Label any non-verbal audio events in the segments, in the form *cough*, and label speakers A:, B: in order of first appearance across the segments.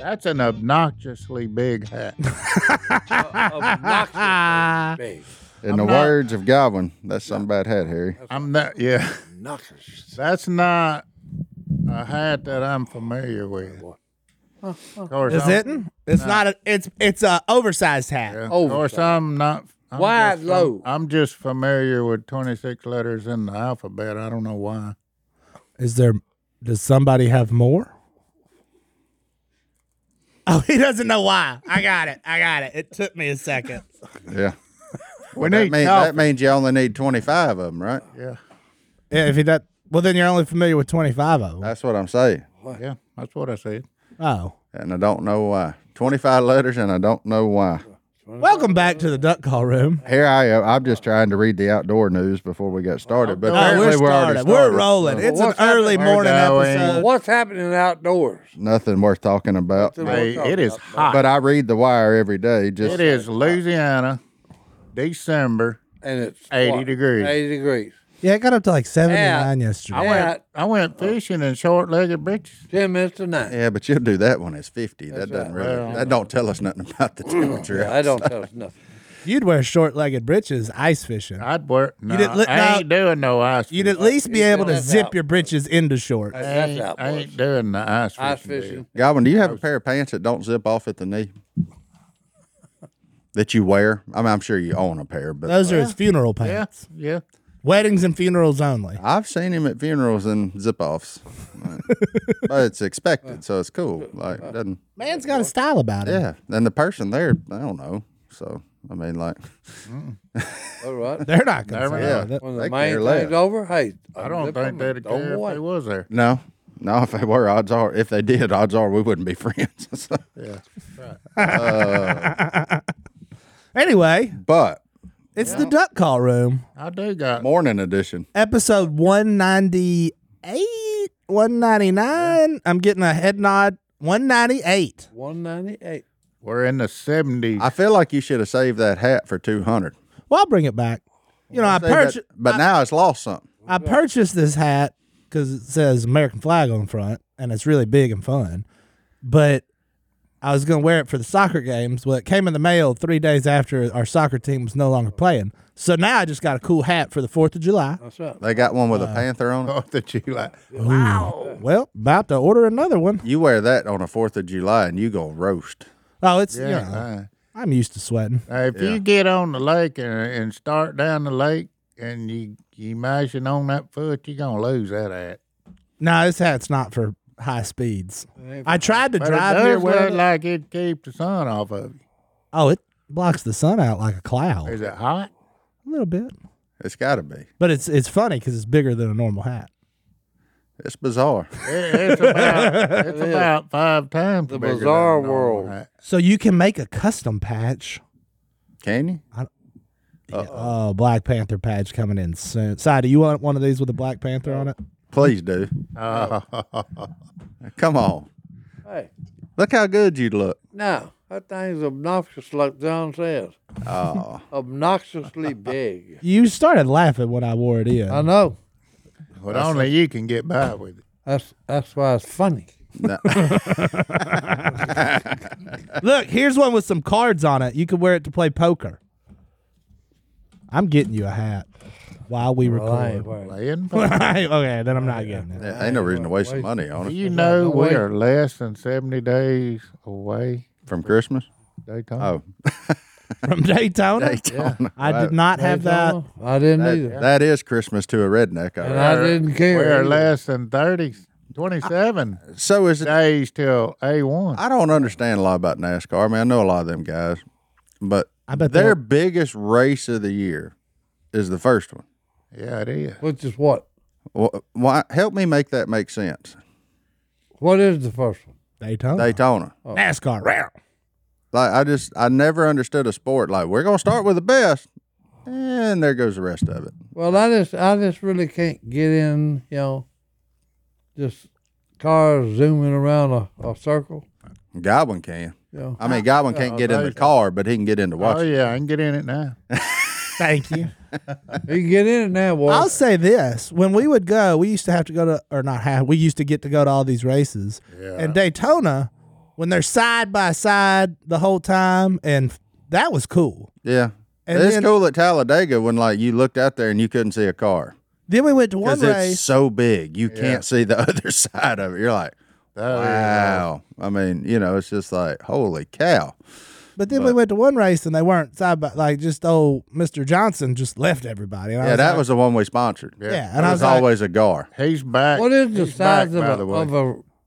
A: That's an obnoxiously big
B: *laughs*
A: hat. *laughs*
C: obnoxiously big.
D: In
A: I'm
D: the
A: not-
D: words of Godwin, that's some bad hat, Harry.
A: I'm not.
B: *laughs*
A: Yeah,
C: Obnoxious.
A: that's not a hat that I'm familiar with. Of course,
B: Is
A: I'm-
B: it? It's not a. It's it's a oversized hat.
A: Yeah, Of
C: Oversized.
A: course, I'm not. I'm
C: Wide
A: just fam-
C: load.
A: I'm just familiar with 26 letters in the alphabet. I don't know why.
B: Is there? Does somebody have more? *laughs* Oh, he doesn't know why. I got it. I got it. It took me a second.
D: Yeah.
A: We
D: That,
A: need
D: mean,
A: coffee.
D: that means you only need 25 of them, right?
A: Yeah,
B: yeah, if he does, well, then you're only familiar with 25 of them.
D: That's what I'm saying.
A: yeah, that's what I said.
B: Oh.
D: And I don't know why. 25 letters, and I don't know why.
B: Welcome back to the duck call room.
D: Here I am. I'm just trying to read the outdoor news before we got started. But
A: Oh,
B: Oh,
D: apparently
B: we're
D: we're already
B: started. We're rolling. It's an
A: what's
B: early
A: happening?
B: morning
A: We're going.
B: episode.
C: What's happening outdoors?
D: Nothing worth talking about.
C: Nothing.
A: Hey,
C: talking
A: it is
C: about that.
A: hot.
D: But I read the wire every day. Just
A: it is Louisiana, December.
C: And it's
A: 80
C: what?
A: degrees.
C: 80 degrees.
B: Yeah, it got up to like 79
C: Yeah.
B: yesterday.
A: I
C: Yeah.
A: went. I
C: Oh.
A: went fishing in short-legged breeches.
C: 10 minutes to 9.
D: Yeah, but you'll do that when it's 50. that doesn't
C: right.
D: really,
A: Well, mm.
D: that don't tell us nothing *laughs* about the temperature.
C: Yeah, I don't
A: *laughs*
C: tell us nothing.
B: You'd wear short legged breeches ice fishing.
A: I'd work. No,
B: didn't let-
A: I ain't
B: no.
A: doing no ice.
B: You'd at
A: fishing.
B: least be
C: He's
B: able to
C: doing that
B: zip
C: out.
B: your breeches into shorts.
A: I
C: That's
A: ain't,
C: outdoors.
A: I ain't doing the ice fishing.
C: Ice
A: deal.
C: fishing.
D: Goblin, do you have a pair of pants that don't zip off at the knee? That you wear? I mean, I'm sure you own a pair, but
B: Those are his funeral
A: Yeah,
B: pants.
A: yeah.
B: Weddings and funerals only.
D: I've seen him at funerals in zip
B: *laughs*
D: offs. but it's expected, so it's cool. Like,
B: Uh.
D: it doesn't,
B: Man's got a style about him.
D: yeah. And the person there, I don't know. So, I mean, like,
C: All right.
B: They're not going
A: Never
D: yeah.
B: to
C: When the
D: they
C: main
D: care
C: thing's
D: less.
C: over, hey,
A: I don't think they'd care if they was there.
D: No, no. If they were, odds are, if they did, odds are we wouldn't be *laughs* friends. So,
A: Yeah.
B: Anyway,
D: but
B: it's the duck call room,
A: I do got.
D: morning edition.
B: episode 198, 199. I'm getting a head nod. 198.
C: 198.
A: We're in the *laughs* 70s.
D: I feel like you should have saved that hat for two hundred.
B: Well, I'll bring it back. You know, I
D: Save that-
B: purchased.
D: but now it's lost something.
B: I purchased this hat because it says American flag on the front, and it's really big and fun. But I was going to wear it for the soccer games. Well, it came in the mail three days after our soccer team was no longer playing. So now I just got a cool hat for the Fourth of July.
C: That's right.
D: They got one with
B: Uh,
D: a panther on it.
A: Fourth of July.
B: Wow. Well, about to order another one.
D: You wear that on the Fourth of July, and you go roast.
B: Oh, it's
A: Yeah.
B: you know, I'm used to sweating.
A: uh, if
D: Yeah.
A: you get on the lake and, and start down the lake and you you mashing on that foot, you're gonna lose that hat.
B: No, this hat's not for high speeds.
C: ain't
B: I tried to
A: But
B: drive
A: it
B: here
A: does
B: where
A: look like it keeps the sun off of you.
B: Oh, it blocks the sun out like a cloud.
A: Is it hot?
B: A little bit.
D: It's got to be.
B: But it's it's funny cuz it's bigger than a normal hat.
D: It's bizarre.
A: It, it's about it's about five times
C: The
A: bigger than a
C: bizarre
A: normal
C: world.
A: hat.
B: So you can make a custom patch.
D: Can you?
B: Oh, Black Panther patch coming in soon. Si, do you want one of these with a Black Panther on it?
D: Please do.
A: Oh.
D: Come on.
C: Hey,
D: Look how good you'd *laughs* look.
C: now, that thing's obnoxious, like John says.
D: Oh,
A: *laughs*
C: Obnoxiously big.
B: You started laughing when I wore it *laughs* in.
C: I know.
A: But only you can get by with it.
C: That's that's why it's funny.
B: Look, here's one with some cards on it. You could wear it to play poker. I'm getting you a hat while we record.
A: Laying back.
B: *laughs* okay, then I'm not getting it.
D: ain't no reason to waste some money on
A: Do
D: *laughs* it
A: you know we
C: way.
A: are less than seventy days away,
D: from Christmas.
A: Daytona?
D: Oh,
B: From Daytona?
D: Daytona.
B: I did not have that.
C: I didn't either.
D: *laughs* That, that is Christmas to a redneck. I
C: and I didn't care.
A: We are
C: either.
A: less than 30, 27
D: So is it?
A: days till A1.
D: I don't understand a lot about NASCAR. I mean, I know a lot of them guys, but
B: I bet
D: their
B: they're
D: biggest race of the year is the first one.
A: Yeah, it is.
C: Which is what?
D: Wh- Why? Help me make that make sense.
C: What is the first one?
B: Daytona.
D: Daytona.
B: NASCAR. Row.
D: Like I just, I never understood a sport like we're gonna start with the best, and there goes the rest of it.
C: Well, I just I just really can't get in. You know, just cars zooming around a, a circle.
D: Godwin can.
C: You know,
D: I
B: Ah,
D: mean, Godwin can't
B: oh,
D: get in the car, but he can get in to
A: Oh,
D: watch. it.
A: yeah, I can get in it now.
D: *laughs*
B: Thank you.
C: you can get in it now, boy.
B: I'll say this: when we would go, we used to have to go to, or not have. We used to get to go to all these races, and Daytona when they're side by side the whole time, and f- that was cool.
D: Yeah.
B: And
D: it's
B: then-
D: cool at Talladega when like you looked out there and you couldn't see a car
B: Then we went to one
D: because it's
B: race.
D: so big you
A: Yeah.
D: can't see the *laughs* other side of it. You're like,
A: That
B: Oh,
A: is-
D: wow. I mean, you know, it's just like holy cow.
B: But then we
D: But-
B: went to one race and they weren't side by like just old Mister Johnson just left everybody. And I
D: yeah, that
B: like-
D: was the one we sponsored.
A: Yeah.
B: yeah.
D: That
B: And I
D: was
B: was like,
D: always a gar.
A: He's back.
C: What is the
A: He's
C: size
A: back, by
C: of,
A: the
C: a,
A: way.
C: of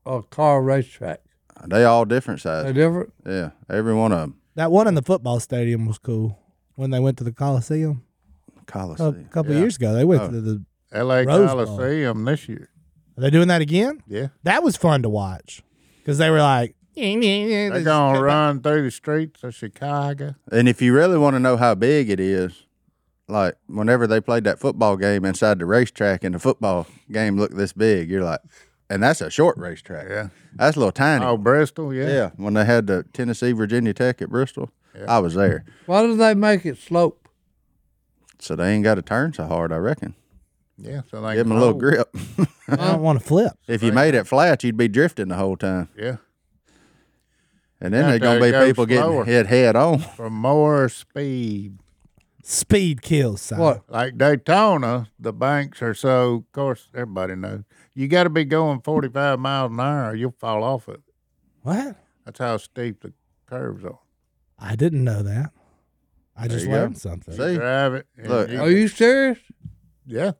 C: a, a car racetrack?
D: They all different
C: They
D: sizes.
C: different?
D: Yeah, every one of them.
B: that one in the football stadium was cool when they went to the Coliseum a
D: Coliseum.
B: couple
D: yeah.
B: years ago. They went
D: Oh.
B: to the.
A: L.A.
B: Rose Bowl.
A: Coliseum this year.
B: Are they doing that again?
A: Yeah,
B: That was fun to watch because they were like,
A: they're gonna run through the streets of Chicago.
D: And if you really want to know how big it is, like whenever they played that football game inside the racetrack and the football game looked this big, you're like, and that's a short racetrack.
A: Yeah.
D: That's a little tiny.
A: Oh, Bristol. Yeah.
D: yeah. When they had the Tennessee Virginia Tech at Bristol, I was there.
C: Why do they make it slope?
D: So they ain't got to turn so hard, I reckon.
A: Yeah. So they
D: Give them a
A: can
D: little
A: hold.
D: grip. *laughs*
B: I don't want to flip.
D: if you made it flat, you'd be drifting the whole time.
A: Yeah.
D: And then
A: Yeah,
D: there's going
A: they
D: to
A: go
D: be people
A: slower.
D: getting hit head on.
A: For more speed.
B: Speed kills. Si.
C: What?
A: Like Daytona, the banks are so, of course, everybody knows. You got to be going 45 miles an hour or you'll fall off it.
B: What?
A: That's how steep the curves are.
B: I didn't know that. I just
D: you go.
B: learned something.
D: See?
A: Drive it. and
D: Look.
C: Are you serious?
A: yeah.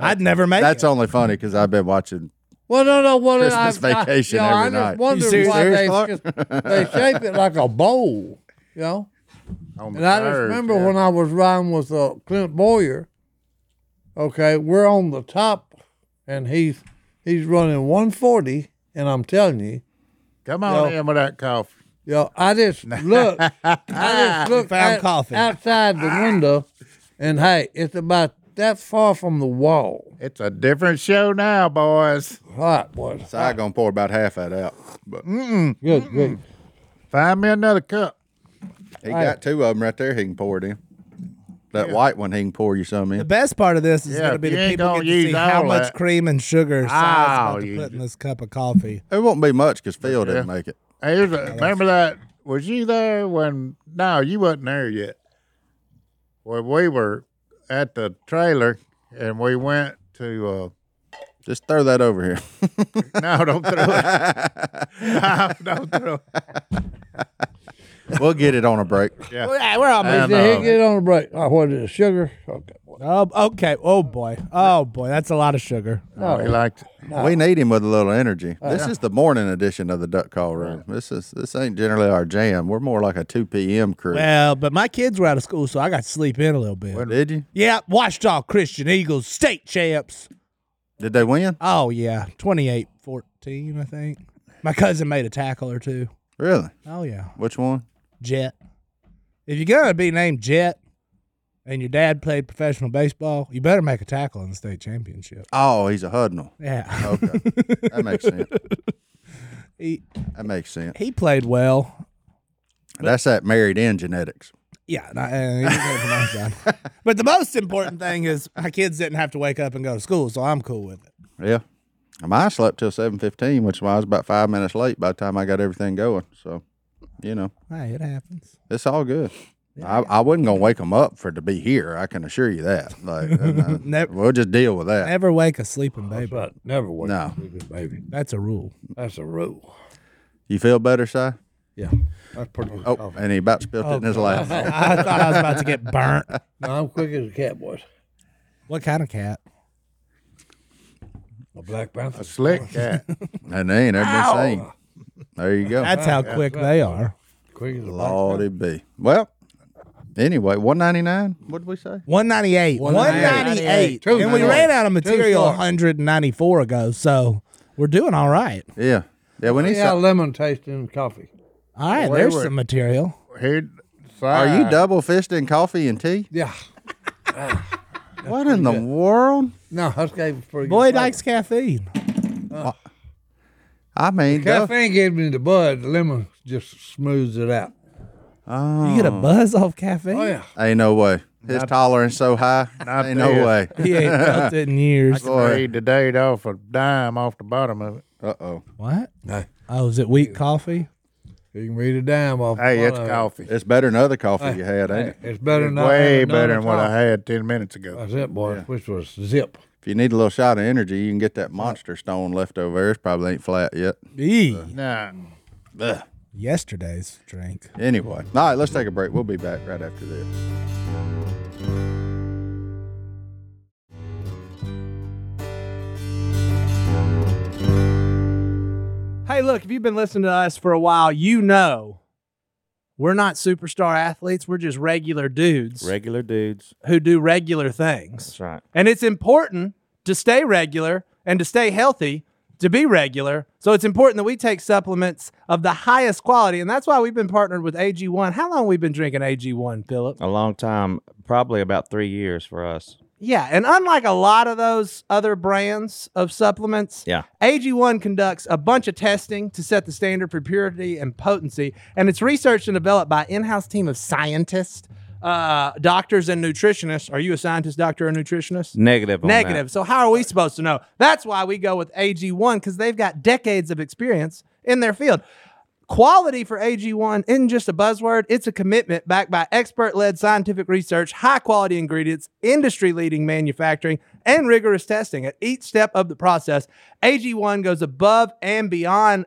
B: I'd never make
D: That's
B: it.
D: only funny because I've been watching.
C: Well, no, no. What
D: Christmas
C: I, I,
D: vacation
C: you know,
D: every
C: I
D: night.
C: just
D: You
C: wondered
B: serious,
C: why they,
D: Clark?
C: just- they shape it like a bowl, you know.
A: On the
C: And I just
A: curves,
C: remember
A: yeah.
C: when I was riding with uh, Clint Boyer. Okay, we're on the top, and he's he's running 140, and I'm telling you,
A: Come on
C: Yo.
A: in with that coffee.
C: yo, I just look, I just look
B: found
C: out-
B: coffee.
C: outside the window, and hey, it's about that far from the wall.
A: It's a different show now, boys.
C: Hot boys,
D: So I'm going to pour about half that out. But he
C: good, good.
A: Find me another cup.
D: got two of them right there he can pour it in. That white one he can pour you some in.
B: The best part of this is
A: Yeah,
B: going to
A: if
B: be
A: you
B: the
A: ain't
B: people
A: gonna
B: get to see
A: use
B: how
A: all
B: much
A: that-
B: cream and sugar
A: Ow,
B: Si's about to
A: you
B: put in
A: ju-
B: this cup of coffee.
D: It won't be much because Phil didn't
A: Yeah.
D: make it.
A: Hey, here's a, remember that? Was you there when? No, you wasn't there yet. When we were at the trailer and we went to.
D: Just throw that over here.
A: Uh, *laughs* no, don't throw
C: *laughs*
A: it. No, don't throw it.
D: we'll get it on a break.
A: Yeah.
B: We're, we're all
A: And,
B: moving.
C: Did
A: uh,
C: he get on a break? Oh, what is it, sugar? Okay.
B: Oh, okay. Oh boy. Oh boy. That's a lot of sugar.
A: oh, he liked it.
D: We need him with a little energy. This is the morning edition of the Duck Call Room. This is this ain't generally our jam. We're more like a two p.m. crew.
B: Well, but my kids were out of school, so I got to sleep in a little bit.
D: Did you?
B: Yeah, Washita Christian Eagles state champs.
D: Did they win?
B: Oh yeah, 28-14, I think. My cousin made a tackle or two.
D: Really?
B: Oh yeah,
D: Which one?
B: Jet. If you're gonna be named Jet, and your dad played professional baseball, you better make a tackle in the state championship.
D: Oh, he's a Hudnall.
B: Yeah,
D: Okay, that makes sense.
B: he
D: That makes sense.
B: he played well.
D: That's that married in genetics.
B: Yeah, and I- and he did it from *laughs* my side. but the most important thing is my kids didn't have to wake up and go to school, so I'm cool with it.
D: Yeah. Um, I slept till seven fifteen, which is why I was about five minutes late by the time I got everything going. So, you know,
B: Hey, it happens.
D: it's all good. I, I wasn't gonna wake them up for it to be here. I can assure you that. Like, and, uh,
B: Never-
D: we'll just deal with that.
B: Never wake a sleeping
C: That's
B: baby.
C: right. Never was
D: No.
C: baby.
B: That's a rule.
C: That's a rule.
D: You feel better, Si?
C: Yeah, that's pretty good.
D: Oh, and he about spilled it in his
B: Oh,
C: Oh.
D: lap.
B: *laughs* I thought I was about to get burnt.
C: No, I'm quick as a cat, boys.
B: What kind of cat?
C: Oh, A black panther.
A: A slick
D: *laughs*
A: cat.
D: And they ain't ever been seen. There you go.
B: That's how quick they are.
C: Quick as a black
D: Lordy be. Well, anyway, one ninety nine. What did we say?
B: 198. 198.
C: 198.
B: And we
C: True.
B: ran out of material
C: True story.
B: 194 ago, so we're doing all right.
D: Yeah, yeah. We need
C: Yeah,
D: some.
C: lemon taste in coffee.
B: All right,
A: Well,
B: there's
A: they were-
B: some material.
A: Here,
D: Are you double fisting coffee and tea?
C: Yeah.
D: What in the world?
C: No, *laughs* that's gave it pretty
B: Boy
C: good.
B: likes caffeine.
D: I mean,
C: flavor.
D: duh.
C: Caffeine gave me the bud. The lemon just smooths it out.
B: You get a buzz off caffeine? *laughs*
C: Oh, yeah.
D: ain't no way. His tolerance
A: *laughs*
D: so high. Ain't no
A: this.
D: way.
C: *laughs*
B: He ain't felt it in years.
A: Read the date off a dime off the bottom of it.
D: Uh oh.
B: What?
C: No.
B: Oh, is it wheat coffee?
C: You can read a dime off.
A: Hey,
C: one
A: it's
C: of it.
A: coffee.
D: It's better than other coffee you had,
A: *laughs*
D: ain't it?
C: It's better than
A: It's
C: not
A: way
C: having none
A: better
C: at
A: than what
C: all.
A: I had ten minutes ago.
C: That's it, boy. Which was zip.
D: If you need a little shot of energy, you can get that monster stone left over there. It probably ain't flat yet.
B: E.
A: Nah,
D: Ugh.
B: Yesterday's drink.
D: Anyway, all right, let's take a break. We'll be back right after this.
B: Hey, look, if you've been listening to us for a while, you know we're not superstar athletes. We're just regular dudes
E: Regular dudes.
B: who do regular things.
E: That's right.
B: And it's important to stay regular and to stay healthy to be regular. So it's important that we take supplements of the highest quality. And that's why we've been partnered with AG1. How long have we been drinking AG1, Philip?
E: A long time, probably about three years for us.
B: Yeah. And unlike a lot of those other brands of supplements,
E: Yeah.
B: AG1 conducts a bunch of testing to set the standard for purity and potency, and it's researched and developed by in-house team of scientists, uh, doctors, and nutritionists. Are you a scientist, doctor, or nutritionist?
E: Negative. On that.
B: Negative. So how are we supposed to know? That's why we go with AG1 because they've got decades of experience in their field. Quality for AG1 isn't just a buzzword, it's a commitment backed by expert led scientific research, high quality ingredients, industry leading manufacturing, and rigorous testing at each step of the process. AG1 goes above and beyond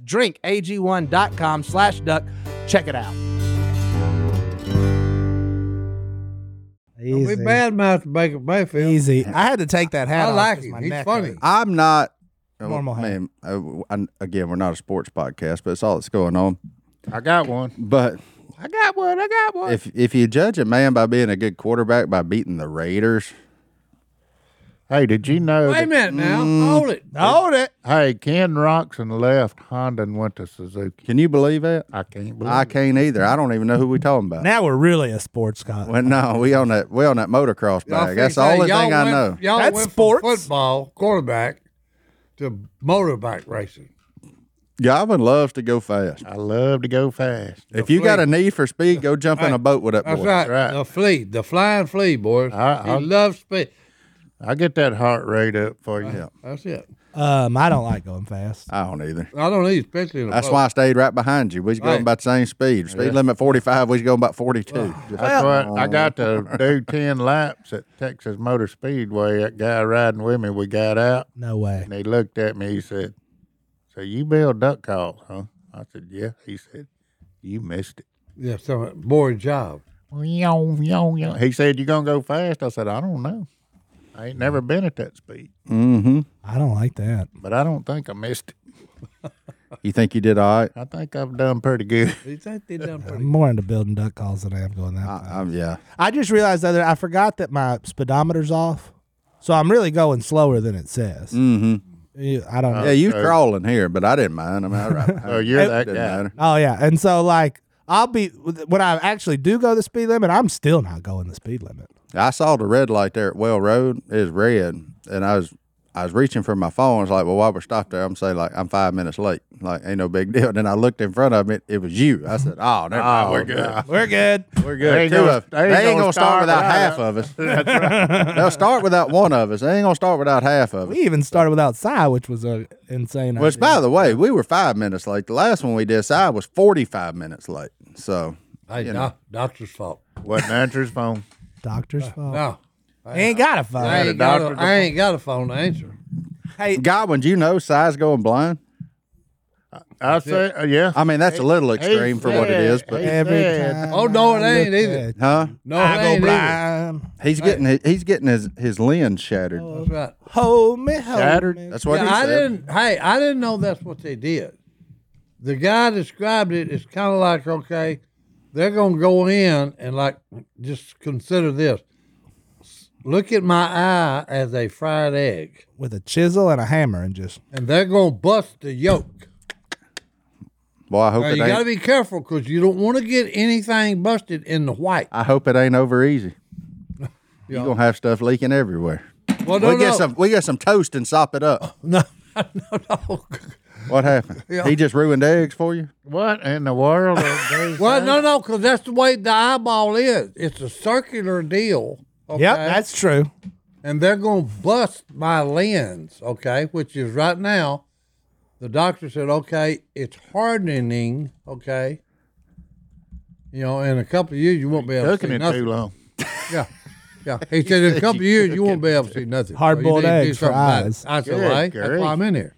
B: drinkag1.com slash duck. Check it out.
C: Don't be bad mouth Baker Mayfield.
B: Easy. I had to take that hat
C: I
B: off
C: like
B: 'cause
C: him.
B: my
C: He's
B: neck
C: funny.
B: hurt.
D: I'm not.
B: Normal
D: man. uh, I- again, we're not a sports podcast, but it's all that's going on.
A: I got one.
D: But
A: I got one. I got one.
D: if if you judge a man by being a good quarterback by beating the Raiders,
A: Hey, did you know?
C: Wait a
A: That,
C: minute now.
A: Mm.
C: Hold it.
B: Hold it.
A: hey, Ken Roxon left Honda and went to Suzuki.
D: can you believe that?
A: I can't believe.
D: I
A: it.
D: can't either. I don't even know who we talking about.
B: Now we're really a sports guy.
D: Well, no, we on that we on that motocross
C: Y'all
D: bag.
C: fix
D: That's the
C: that.
D: only
C: Y'all
D: thing I
C: went-
D: know.
C: Y'all
B: That's
C: went
B: sports.
C: from football quarterback to motorbike racing.
D: Gavin loves to go fast.
A: I love to go fast.
D: If you got a need for speed, go jump in a boat with that
C: That's
D: boy.
C: right.
A: right.
C: The flea, the flying flea, boys.
A: I- I-
C: he loves speed.
A: I get that heart rate up for you.
C: That's it.
B: Um, I don't like going fast.
D: I don't either.
C: I don't need, especially in a
D: That's
C: boat.
D: why I stayed right behind you. We was going
C: Right.
D: about the same speed. Speed limit forty five. We was going about Uh, forty two.
A: That's what I got to do ten laps at Texas Motor Speedway. That guy riding with me, we got out
B: No way.
A: and he looked at me. He said, "So you build duck calls, huh?" I said, "Yeah." He said, "You missed it."
C: Yeah, so boring job.
A: Yow, yow, yow. He said, "You gonna go fast?" I said, "I don't know. I ain't never been at that speed,
D: mm-hmm.
B: I don't like that.
A: but I don't think I missed it.
D: You think you did all right?
A: I think I've done pretty good." *laughs*
C: You think they done pretty
B: *laughs* I'm more into building duck calls than I am going that.
D: I,
B: fast.
D: I'm, yeah.
B: I just realized that I forgot that my speedometer's off, so I'm really going slower than it says.
D: Mm-hmm.
B: You- I
C: Uh,
B: don't. know.
D: Yeah, you
A: Okay.
C: *laughs*
D: crawling here, but I didn't mind. I mean, I right.
A: Oh, you're that
D: didn't
A: guy.
D: matter.
B: Oh yeah, and so like I'll be when I actually do go the speed limit. I'm still not going the speed limit.
D: I saw the red light there at Well Road. It was red, and I was I was reaching for my phone. I was like, "Well, why we stopped there?" I'm saying like I'm five minutes late. Like ain't no big deal. And then I looked in front of me. It was you. I said, "Oh, never mind. We're good.
B: We're good.
D: We're
A: They
D: good."
A: ain't
D: Two
A: gonna-
D: of, they ain't gonna, start without half of us. *laughs* That's right. They'll start without one of us. They ain't gonna start without half of us.
B: We even started without Cy, which was a insane.
D: Which,
B: idea.
D: by the way, we were five minutes late. The last one we did, side was forty-five minutes late. So
C: Hey,
D: know.
C: doc- doctor's fault.
A: Wasn't answering his phone.
B: doctor's fault.
C: No,
B: He ain't got a phone.
C: I
A: had a
C: ain't, got a,
A: doctor's
C: I ain't got a phone to answer.
B: Hey,
D: Godwin, do you know size going blind?
A: I say, uh, yeah.
D: I mean, that's a little extreme for what it is,
A: said-
D: but
A: he
B: every
A: said-
B: time.
C: Oh, no, it
B: I
C: ain't
B: look
C: either.
B: at
D: huh?
C: No, it
B: I go
C: ain't either.
B: blind.
D: He's getting his, he's getting his his lens shattered.
C: That's right.
B: Hold me, hold
A: Shattered.
B: me.
D: That's what
C: Yeah,
D: he
C: I
D: said.
C: didn't. Hey, I didn't know that's what they did. The guy described it. It's kind of like okay, they're gonna go in and like just consider this. Look at my eye as a fried egg,
B: With a chisel and a hammer and just
C: and they're gonna bust the yolk.
D: Boy, I hope
C: Now,
D: it
C: you
D: ain't.
C: gotta be careful because you don't want to get anything busted in the white.
D: I hope it ain't
C: *laughs*
D: over easy. You're gonna have stuff leaking everywhere.
C: Well,
D: we get some we get some toast and sop
C: *laughs*
D: it up.
C: No, no, *laughs* no.
D: What happened? He just ruined eggs for you?
A: What in the world? are
C: *laughs*
A: they
C: Well,
A: saying?
C: no, no, because that's the way the eyeball is. It's a circular deal. Okay?
B: yep, that's true.
C: and they're going to bust my lens, okay, which is right now. The doctor said, okay, it's hardening, okay. You know, in a couple of years, you won't be able to
A: Cooking
C: see
A: it
C: nothing.
A: too long.
C: Yeah.
A: *laughs*
C: Yeah. He said, in a couple of years, you won't be able to see nothing. So you
B: Hard-boiled
C: need to do
B: eggs for
C: something about it."
B: eyes.
C: I said,
A: Good
C: well, hey, that's
A: grief.
C: why I'm in here.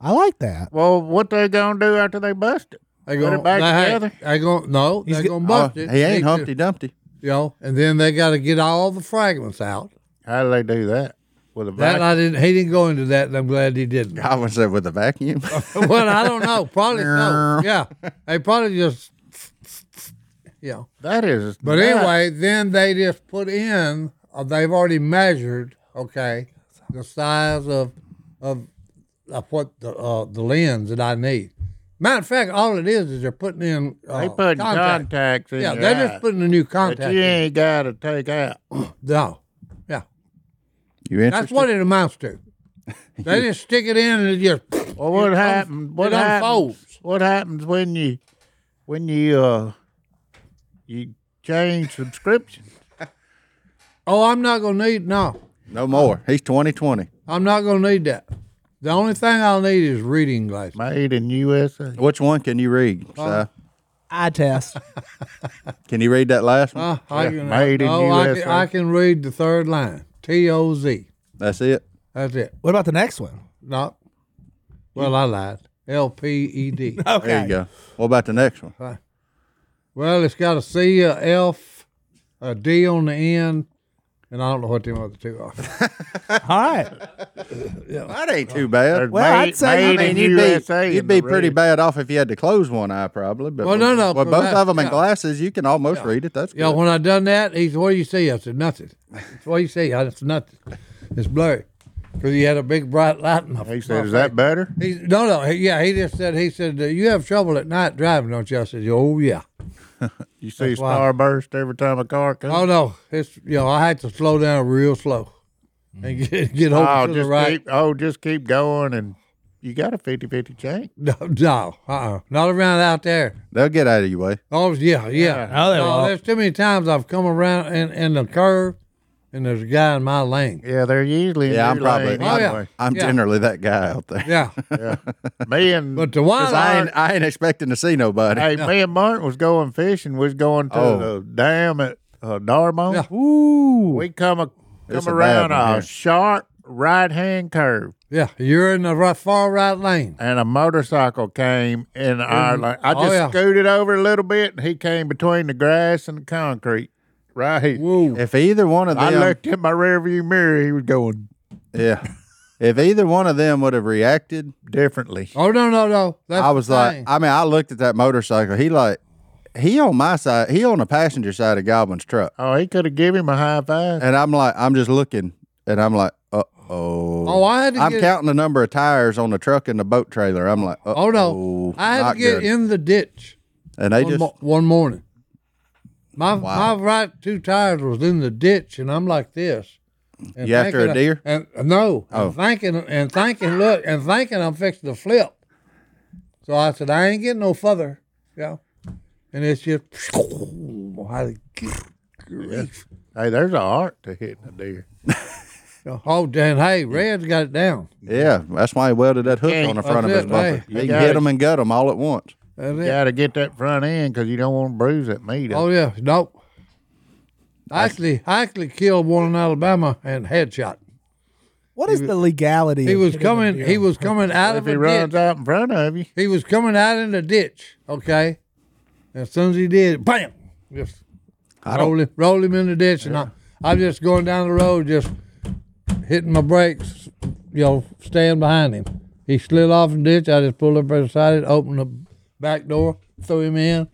B: I like that.
A: Well, what they gonna do after they bust it?
C: They
A: Put
C: go,
A: it back
C: they,
A: together.
C: They go, no,
B: He's
C: they're
B: get-
C: going to
D: Oh,
C: bust
D: he
C: it.
D: ain't
C: They-
D: Humpty Dumpty.
C: You know, and then they got to get all the fragments out.
A: How do they do that? With a
C: That
A: vacuum?
C: I didn't. He didn't go into that, and I'm glad
A: *laughs*
C: he didn't.
D: Godwin said with
C: *laughs*
D: a vacuum.
C: well, I don't know.
A: *laughs*
C: Probably no. Yeah, they probably just you know.
A: That is.
C: But
A: not-
C: anyway, then they just put in. Uh, they've already measured. Okay, the size of of, of what the uh, the lens that I need. Matter of fact, all it is is they're putting in. Uh,
A: they putting
C: contact.
A: contacts in
C: Yeah,
A: your
C: they're
A: eye
C: just putting a new
A: that
C: contact.
A: you
C: in.
A: ain't got to take out.
C: No, yeah,
D: You
C: that's
D: interested?
C: what it amounts
A: *laughs*
C: to. They just stick it in and it just.
A: Well, what
C: It
A: happened?
C: unf-
A: What
C: it
A: happens?
C: unfolds.
A: What happens when you when you uh you change subscription?
C: Oh, I'm not gonna need no.
D: no more. He's twenty twenty.
C: I'm not gonna need that. The only thing I'll need is reading glasses.
A: Made in USA.
D: Which one can you read?
C: Uh-huh.
D: Si?
B: Eye test.
D: Can you read that last one?
C: Uh, I can,
A: made in
C: oh, I can,
A: USA.
C: I can read the third line. T O Z.
D: That's it.
C: That's it.
B: what about the next one?
C: No. Well, I lied. L P E D. *laughs*
B: Okay.
D: There you go. What about the next one?
C: Well, it's got a C, a F, a D on the end, and I don't know what them other
A: *laughs*
C: two are.
B: All right.
D: That ain't too bad.
B: Well,
A: made,
B: I'd say-
A: made
B: I
A: in
D: you'd
A: USA.
D: be,
A: in
D: you'd be
A: the
D: pretty
A: red.
D: bad off if you had to close one eye, probably. But
C: Well, no, no,
D: With
C: for
D: both
C: that-
D: of them in
C: yeah.
D: glasses, you can almost read it. That's good.
C: Yeah, when I done that, he said, "What do you see?" I said, "Nothing." That's what you see. I said, "Nothing." It's blurry because he had a big bright light in my.
A: He
C: my
A: said, "Is that better?"
C: He no no he, yeah he just said he said you have trouble at night driving don't you? I said oh yeah
A: You see
C: why-
A: starburst every time a car comes.
C: oh no it's you know I had to slow down real slow and *laughs* get get over
A: Oh,
C: to the
A: just
C: right.
A: keep oh, just keep going, and you got a 50-50 chance.
C: No no uh uh not around out there.
D: They'll get out of your way.
C: Oh yeah yeah.
B: No, they won't.
C: there's too many times I've come around in, in the curve and there's a guy in my lane.
A: Yeah, they're usually in
D: Yeah, I'm
A: your
D: probably.
A: lane
C: Oh, yeah.
A: anyway.
D: I'm
C: Yeah.
D: generally that guy out there.
C: Yeah,
A: Me and
C: but the wild
D: *laughs* 'Cause I
C: eye
D: ain't, I ain't expecting to see
A: *laughs*
D: nobody.
A: hey, me and Martin was going fishing. We was going to
D: Oh.
A: the dam at uh, Darmon.
C: Yeah.
B: Ooh.
A: We come a,
D: It's
A: come
D: a bad
A: around
D: one
A: a
D: here.
A: sharp right hand curve,
C: yeah you're in the right, far right lane.
A: and a motorcycle came in our lane. I
C: oh,
A: just
C: yeah.
A: scooted over a little bit, and he came between the grass and the concrete. Right, here.
C: Whoa.
D: If either one of
A: I
D: them,
A: looked in my rearview mirror. He was going
D: *laughs* yeah, if either one of them would have reacted,
A: differently.
C: Oh no no no! That's
D: I was
C: the
D: like,
C: thing.
D: I mean, I looked at that motorcycle. He like, he on my side, he on the passenger side of Goblin's truck,
A: Oh, he could have given him a high five.
D: and I'm like, I'm just looking, and I'm like, uh oh.
C: Oh, I had to
D: I'm
C: get-
D: counting the number of tires on the truck and the boat trailer. I'm like,
C: Oh no! I had to get in the ditch
D: and they
C: one,
D: just
C: mo- one morning. My
D: Wow.
C: my right two tires was in the ditch, and I'm like this. And
D: You after
C: thinking
D: a
C: I-
D: deer?
C: and uh, no,
D: Oh.
C: I'm thinking and thinking. Look, and thinking I'm fixing to flip. So I said, I ain't getting no further. Yeah, and it's just *laughs* how the *laughs* grief.
A: Hey, there's an art to hitting a deer.
C: Oh, Dan, hey, Red's got it down.
D: yeah. That's why he welded that hook on the
C: That's
D: front of his
C: it,
D: bumper.
C: hey.
D: He
A: You
D: can hit
A: gotta-
D: them and gut them all at once.
C: That's
A: You
C: it.
A: got to get that front end because you don't want to bruise that meat. up.
C: Oh yeah, nope. I actually, I actually killed one in Alabama and headshot.
B: What is the legality?
C: He
B: of
C: was
B: hitting a
C: coming.
B: deer?
C: He was coming out
A: if
C: of
A: he
C: a
A: runs
C: ditch.
A: out in front of you,
C: He was coming out in the ditch. Okay, And as soon as he did, bam! Just
D: I
C: roll him, roll him in the ditch, and I, I'm just going down the road, just hitting my brakes. You know, staying behind him. He slid off the ditch. I just pulled up right beside it, opened the back door, threw him in,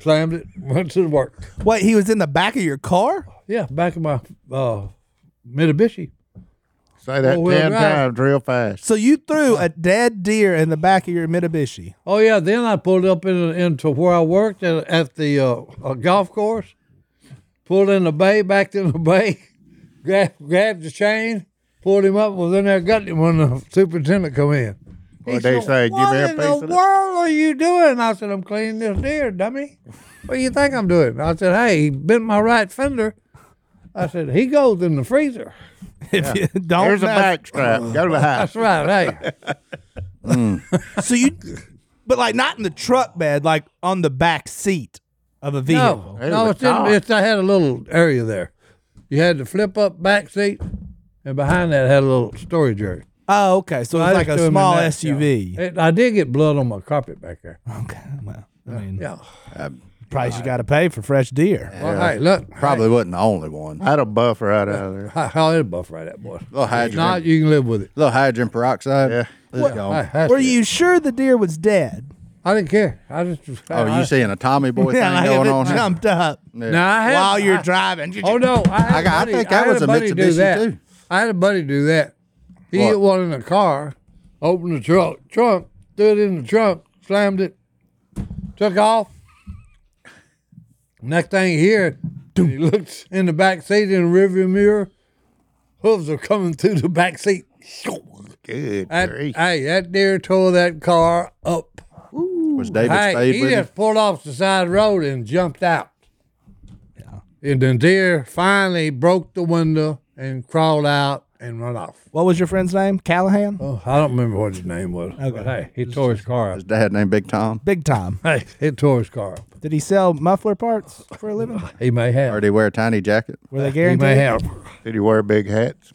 C: slammed it, *laughs* went to the work.
B: Wait, he was in the back of your car?
C: Yeah, back in my uh, Mitsubishi.
A: say that
C: Four-wheel
A: 10
C: drive.
A: times real fast.
B: So you threw
C: Uh-huh.
B: a dead deer in the back of
C: *laughs*
B: your Mitsubishi.
C: Oh yeah, then I pulled up in, into where I worked at, at the uh, uh, golf course. Pulled in the bay, backed in the *laughs* bay, grabbed, grabbed the chain, pulled him up, was in there, got him when the superintendent come in.
A: What they say, give
C: what
A: me a
C: in
A: piece
C: the
A: of that.
C: world are you doing? I said, I'm cleaning this deer, dummy. What do you think I'm doing? I said, hey, he bent my right fender. I said, he goes in the freezer.
B: If you don't
A: Here's a
B: mess-
A: back
C: *laughs*
A: strap. Go to the house.
C: That's right, hey.
B: So you, but like not in the truck bed, like on the back seat of a vehicle.
C: No,
A: It
C: no,
A: was
C: it's,
A: a car.
C: in, it's I had a little area there. You had the flip up back seat, and behind that had a little storage area.
B: Oh, okay. So
C: I
B: it's
C: just
B: like
C: threw 'em
B: a
C: in
B: small
C: that,
B: SUV.
C: yeah. It- I did get blood on my carpet back there.
B: Okay. Well, I mean,
C: Yeah.
B: price you got to pay for fresh deer.
C: Well, hey, look,
D: Probably wasn't the only one.
A: I had a buffer out of there.
C: *laughs* Hey, how is buff right that boy?
D: Little hydrogen,
C: Not you can live with it.
D: little hydrogen peroxide.
A: Yeah.
D: It's gone.
C: Hey, that's
B: Were
C: it.
B: you sure the deer was dead?
C: I didn't care. I just.
D: Oh,
C: I,
D: you seeing a Tommy boy thing
B: *laughs* like
D: going
B: if it
D: on? here?
B: jumped up
D: Yeah.
C: Now, I had,
B: while you're
C: I-
B: driving.
C: Oh no, I, had
D: I
C: a
D: got- I
C: buddy-
D: think I
C: had
D: was
C: a
D: a
C: buddy do
D: Mitsubishi,
C: that.
D: too.
C: I had a buddy do that. He
D: What?
C: hit one in the car, opened the truck trunk, threw it in the trunk, slammed it, took off. Next thing he heard, he looked in the back seat in the rearview mirror. Hooves are coming through the back seat.
A: Good
C: That,
A: grief.
C: hey, that deer tore that car up.
D: Was David
C: Hey,
D: Spade
C: he
D: with him?
C: just pulled off the side road and jumped out. And the deer finally broke the window and crawled out and run off.
B: What was your friend's name? Callahan.
C: Oh, I don't remember what his name was.
B: Okay.
C: But hey, he tore his car up.
D: His dad named Big Tom.
B: Big time.
C: Hey, he tore his car up.
B: Did he sell muffler parts for a living?
C: He may
D: Or
C: have.
D: did he wear a tiny jacket?
B: Were they
C: He
B: guaranteed?
C: may have.
A: Did he wear big hats?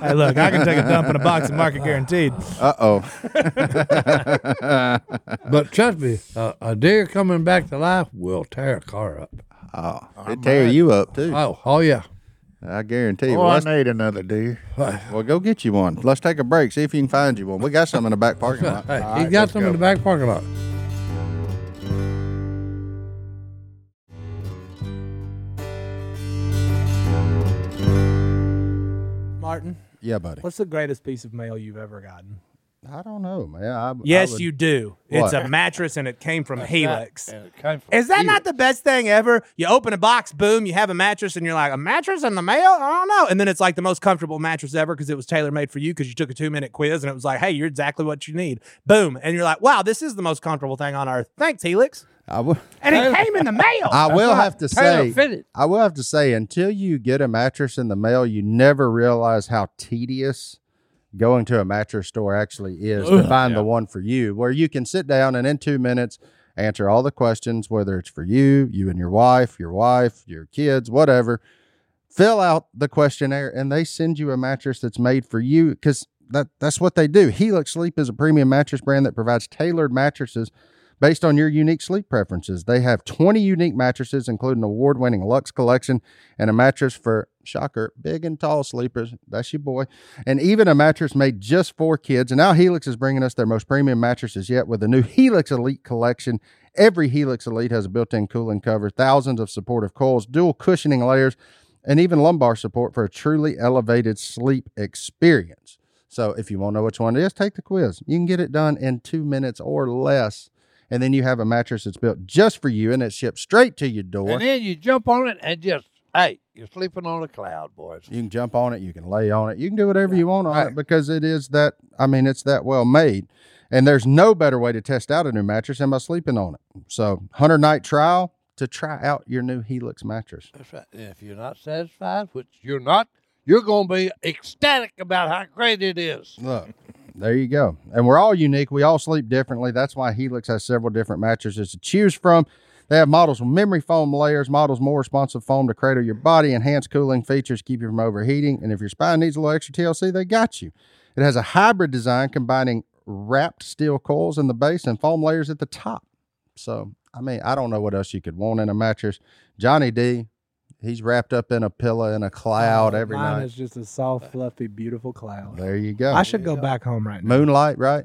B: Hey, look, I can take a dump in a box and market guaranteed.
D: Uh oh.
C: But trust me, uh, a deer coming back to life will tear a car up.
D: It tear you up too.
C: Oh, oh yeah.
D: I guarantee you.
A: Oh,
D: Well,
A: I
D: let's-
A: need another deer.
D: well, go get you one. Let's take a break. See if you can find you one. We got some in the back parking lot.
C: *laughs* Hey, he got some in the back parking lot.
B: Martin,
D: Yeah, buddy.
B: what's the greatest piece of mail you've ever gotten?
D: I don't know, man. I, I
F: Yes,
D: would-
F: you do. It's
D: What?
F: a mattress and it came from Helix. Is that not the best thing ever? You open a box, boom, you have a mattress, and you're like, a mattress in the mail? I don't know. And then it's like the most comfortable mattress ever because it was tailor made for you because you took a two minute quiz and it was like, hey, you're exactly what you need. Boom. And you're like, wow, this is the most comfortable thing on earth. Thanks, Helix.
D: I would.
F: And it came in the mail.
G: *laughs*
D: I will have to say,
C: Tailor-fitted.
D: I will have to say, until you get a mattress in the mail, you never realize how tedious going to a mattress store actually is to find the one for you, where you can sit down and in two minutes answer all the questions, whether it's for you, you and your wife, your wife, your kids, whatever. Fill out the questionnaire and they send you a mattress that's made for you because that, that's what they do. Helix Sleep is a premium mattress brand that provides tailored mattresses based on your unique sleep preferences. They have 20 unique mattresses, including award winning Lux Collection and a mattress for, shocker, big and tall sleepers. That's your boy. And even a mattress made just for kids. And now Helix is bringing us their most premium mattresses yet with the new Helix Elite Collection. Every Helix Elite has a built in cooling cover, thousands of supportive coils, dual cushioning layers, and even lumbar support for a truly elevated sleep experience. So if you want to know which one it is, take the quiz. You can get it done in two minutes or less and then you have a mattress that's built just for you and it's shipped straight to your door.
C: And then you jump on it and just, hey, you're sleeping on a cloud, boys.
D: You can jump on it. You can lay on it. You can do whatever you want on it because it is that. I mean, it's that well made, and there's no better way to test out a new mattress than by sleeping on it. So, hundred night trial to try out your new Helix mattress.
C: That's right. And if you're not satisfied, which you're not, you're going to be ecstatic about how great it is.
D: Look, there you go. And we're all unique. We all sleep differently. That's why Helix has several different mattresses to choose from. They have models with memory foam layers, models more responsive foam to cradle your body, enhanced cooling features, keep you from overheating. And if your spine needs a little extra TLC, they got you. It has a hybrid design combining wrapped steel coils in the base and foam layers at the top. So, I mean, I don't know what else you could want in a mattress. Johnny D, he's wrapped up in a pillow in a cloud every
G: Oh, Mine
D: night.
G: is just a soft, fluffy, beautiful cloud.
D: there you go.
G: I should go back home right now.
D: Moonlight, right?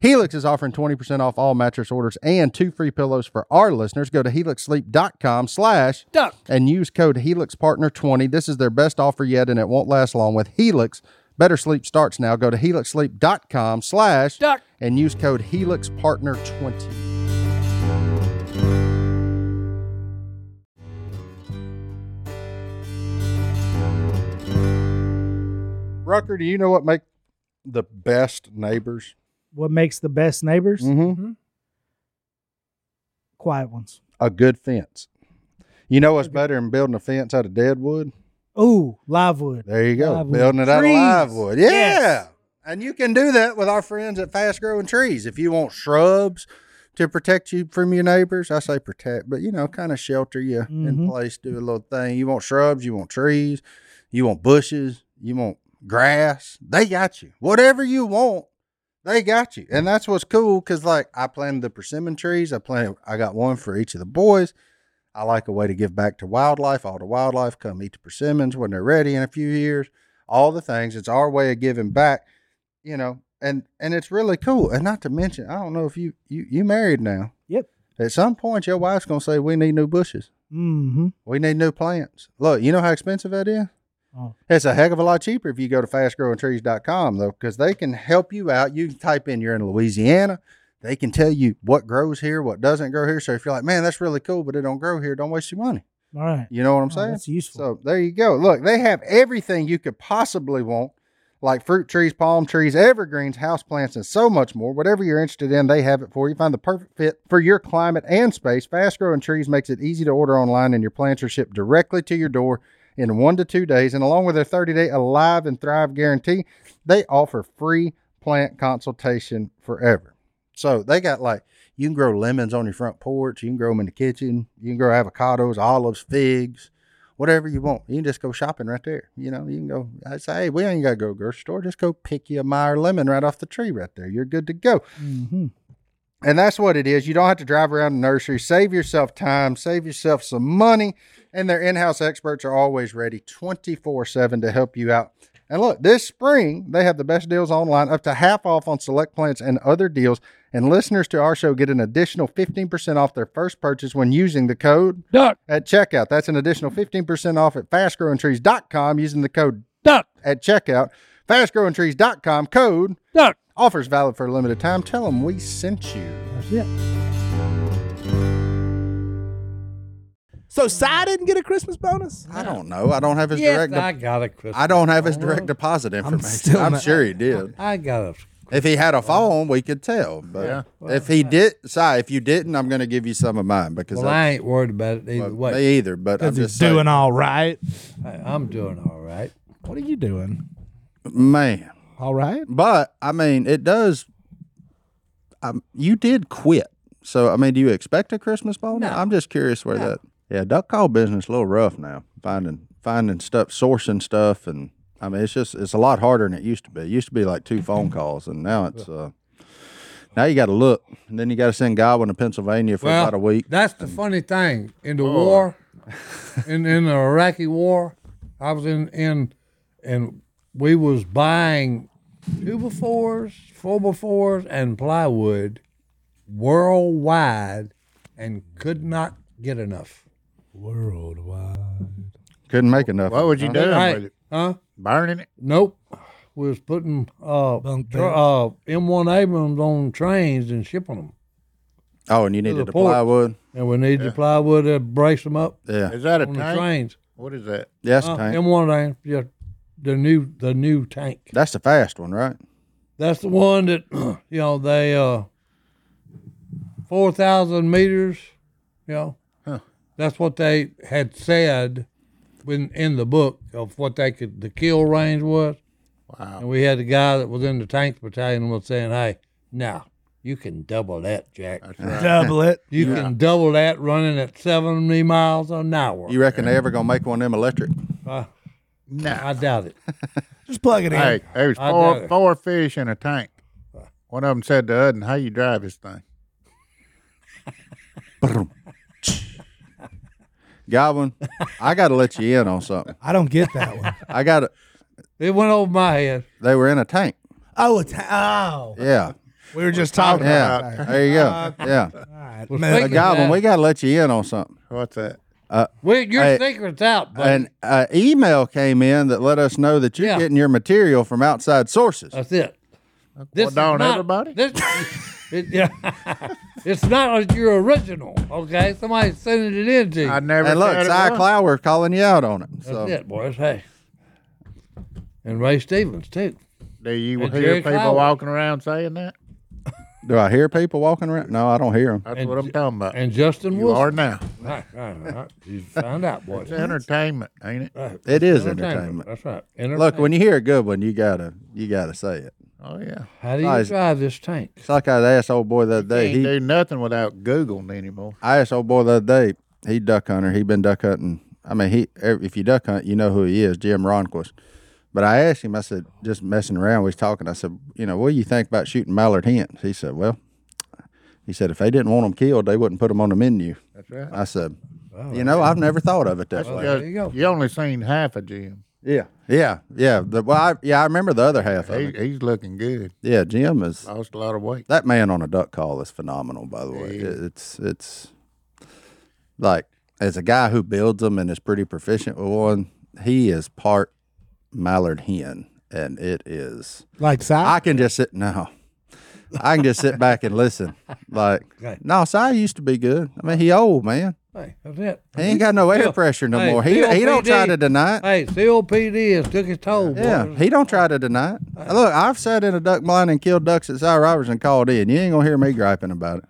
D: Helix is offering 20% off all mattress orders and two free pillows for our listeners. Go to helixsleep.com slash
C: Duck.
D: and use code HelixPartner20. This is their best offer yet, and it won't last long with Helix. Better sleep starts now. Go to helixsleep.com slash
C: Duck.
D: and use code HelixPartner20. Rucker, do you know what make the best neighbors?
H: What makes the best neighbors?
D: Mm-hmm.
H: Quiet ones.
D: A good fence. You know what's better than building a fence out of dead wood?
H: Ooh, live wood.
D: There you go.
H: Live wood.
D: Building it
H: Trees.
D: out of live wood. Yeah.
H: Yes.
D: And you can do that with our friends at Fast Growing Trees. If you want shrubs to protect you from your neighbors, I say protect, but you know, kind of shelter you in
H: Mhm.
D: place, do a little thing. You want shrubs, you want trees, you want bushes, you want grass. They got you. Whatever you want, they got you. And that's what's cool because, like, I planted the persimmon trees. I planted, I got one for each of the boys. I like a way to give back to wildlife. All the wildlife come eat the persimmons when they're ready in a few years. All the things. It's our way of giving back, you know. And and it's really cool. And not to mention, I don't know if you you you married now.
H: Yep.
D: At some point, your wife's gonna say we need new bushes.
H: Mm-hmm.
D: We need new plants. Look, you know how expensive that is?
H: Oh.
D: It's a heck of a lot cheaper if you go to fastgrowingtrees.com, though, because they can help you out. You can type in you're in Louisiana. They can tell you what grows here, what doesn't grow here. So if you're like, man, that's really cool, but it don't grow here, don't waste your money.
H: All right.
D: You know what I'm
H: Oh,
D: saying?
H: that's useful.
D: So there you go. Look, they have everything you could possibly want, like fruit trees, palm trees, evergreens, houseplants, and so much more. Whatever you're interested in, they have it for you. Find the perfect fit for your climate and space. Fast growing trees makes it easy to order online, and your plants are shipped directly to your door in one to two days. And along with their 30 day Alive and Thrive guarantee, they offer free plant consultation forever. So they got like you can grow lemons on your front porch, you can grow them in the kitchen, you can grow avocados, olives, figs, whatever you want. You can just go shopping right there. You know, you can go. I say, hey, we ain't gotta go to the grocery store. Just go pick you a Meyer lemon right off the tree right there. You're good to go.
H: Mm-hmm.
D: And that's what it is. You don't have to drive around the nursery. Save yourself time, save yourself some money. And their in house experts are always ready 24 7 to help you out. And look, this spring, they have the best deals online, up to half off on select plants and other deals. And listeners to our show get an additional 15% off their first purchase when using the code
C: Duck.
D: at checkout. That's an additional 15% off at fastgrowingtrees.com using the code
C: Duck.
D: at checkout. Fastgrowingtrees.com code
C: Duck.
D: offers valid for a limited time. Tell them we sent you.
H: That's it.
F: So Cy didn't get a Christmas bonus.
D: I don't know. I don't have his
C: Yes,
D: direct.
C: I
D: De-
C: got a Christmas.
D: I don't have his direct deposit information. I'm,
B: still not-
D: sure he did.
C: I got a.
D: If he had a phone, we could tell.
A: Yeah.
D: But if he did, sorry, if you didn't, I'm going to give you some of mine because
C: Well, I ain't worried about it either
D: well,
C: way.
D: me either. But I'm
B: Because
D: just
B: he's
D: saying,
B: doing all right.
C: I, am doing all right.
B: What are you doing?
D: man.
B: All right.
D: But I mean, it does. Um, you did quit, so I mean, do you expect a Christmas bonus? I'm just curious where that. Yeah, duck call business a little rough now. Finding finding stuff, sourcing stuff, and I mean, it's just it's a lot harder than it used to be. It used to be like two phone calls, and now it's uh, now you got to look, and then you got to send Godwin to Pennsylvania for
C: Well,
D: about a week.
C: Oh.
D: *laughs*
C: That's the funny thing. In the war, in in the Iraqi war. I was in in and we was buying two befores, four befores, and plywood worldwide, and could not get enough.
D: Couldn't make enough.
A: What would you do
C: Hey,
A: with it?
C: Huh?
A: Burning it?
C: Nope. We was putting uh,
B: Bunk
C: tr- uh M1 Abrams on trains and shipping them,
D: Oh, and you needed
C: the
D: the
C: porch.
D: plywood.
C: and we needed the plywood to brace them up
D: Yeah,
A: Is that a
C: on the
A: tank?
C: trains.
A: What is that?
D: yes,
C: Uh,
D: tank.
C: M1 Abrams, yeah, the new the new tank.
D: That's the fast one, right?
C: That's the one that *clears throat* you know they uh four thousand meters, you know. That's what they had said when in the book of what they could the kill range was. Wow. And we had the guy that was in the tank battalion was saying, Hey, now you can double that, Jack.
B: Double it.
C: You can double that running at seventy miles an hour.
D: You reckon they ever gonna make one of them electric?
C: I doubt it.
B: Just plug it in.
A: Hey, there was
C: I
A: four
C: doubt it.
A: four fish in a tank. One of them said to the other, "How you drive this thing?"
D: Godwin, I gotta let you in on something.
B: I don't get that one.
D: I got to
C: It went over my head.
D: They were in a tank.
B: oh, it's oh.
D: Yeah,
B: We were just talking.
D: yeah. There you go. Yeah,
B: All
C: Think
B: right.
C: of
D: Godwin,
C: that.
D: we gotta let you in on something.
A: What's that?
C: Well, your
D: Hey,
C: secret's out, buddy.
D: An uh, email came in that let us know that you're
C: Yeah.
D: getting your material from outside sources.
C: That's it.
A: Well,
C: is
A: darn
C: not-
A: everybody.
C: This,
A: *laughs*
C: it, yeah, it's not your original, okay? Somebody sending it in to you.
A: I never.
D: and look,
A: said it
D: Cy
A: was.
D: Clower we're calling you out on it.
C: That's
D: So
C: it, boys. Hey. And Ray Stevens, too.
A: Do you
C: And
A: hear
C: Jerry
A: people
C: Clower.
A: walking around saying that?
D: do I hear people walking around? No, I don't hear them.
A: That's
C: And
A: what I'm
C: J-
A: talking about.
C: And Justin
A: you are
C: Wilson.
A: now.
C: Right, right, right. You found out, boys.
A: It's entertainment, ain't it?
C: Right.
D: It is entertainment.
C: That's right.
D: Look,
C: Entertainment.
D: when you hear a good one, you gotta you gotta say it.
A: Oh yeah.
C: How do you
D: guys-
C: drive this tank?
D: It's like I asked old boy the other day.
A: Can't
D: He
A: do nothing without Googling anymore.
D: I asked old boy the other day. He duck hunter. He been duck hunting. I mean, he ev- if you duck hunt, you know who he is, Jim Ronquist. But I asked him. I said, just messing around. We was talking. I said, you know, what do you think about shooting mallard hens? He said, well, he said if they didn't want them killed, they wouldn't put them on the menu.
A: That's right.
D: I said, you know, I've never thought of it that way.
A: Just-
C: Oh, there you go.
A: only seen half of Jim.
D: Yeah, yeah, yeah. The, well, I, yeah, I remember the other half of
A: He,
D: it.
A: he's looking good.
D: Yeah, Jim is
A: Lost a lot of weight.
D: that man on a duck call is phenomenal. By the way, It- it's it's like as a guy who builds them and is pretty proficient with one, he is part mallard hen, and it is.
B: Like
D: I
B: Cy.
D: can just sit now. I can just sit back and listen. Like,
C: Okay.
D: no, Si used to be good. I mean, he old man.
C: Hey, that's it.
D: He ain't got no air pressure no
C: Hey,
D: more. He he don't
C: COPD.
D: try to deny it.
C: Hey, COPD has took his toll, boys.
D: Yeah, he don't try to deny it. Look, I've sat in a duck blind and killed ducks at Cy Roberts and called in. You ain't gonna hear me griping about it.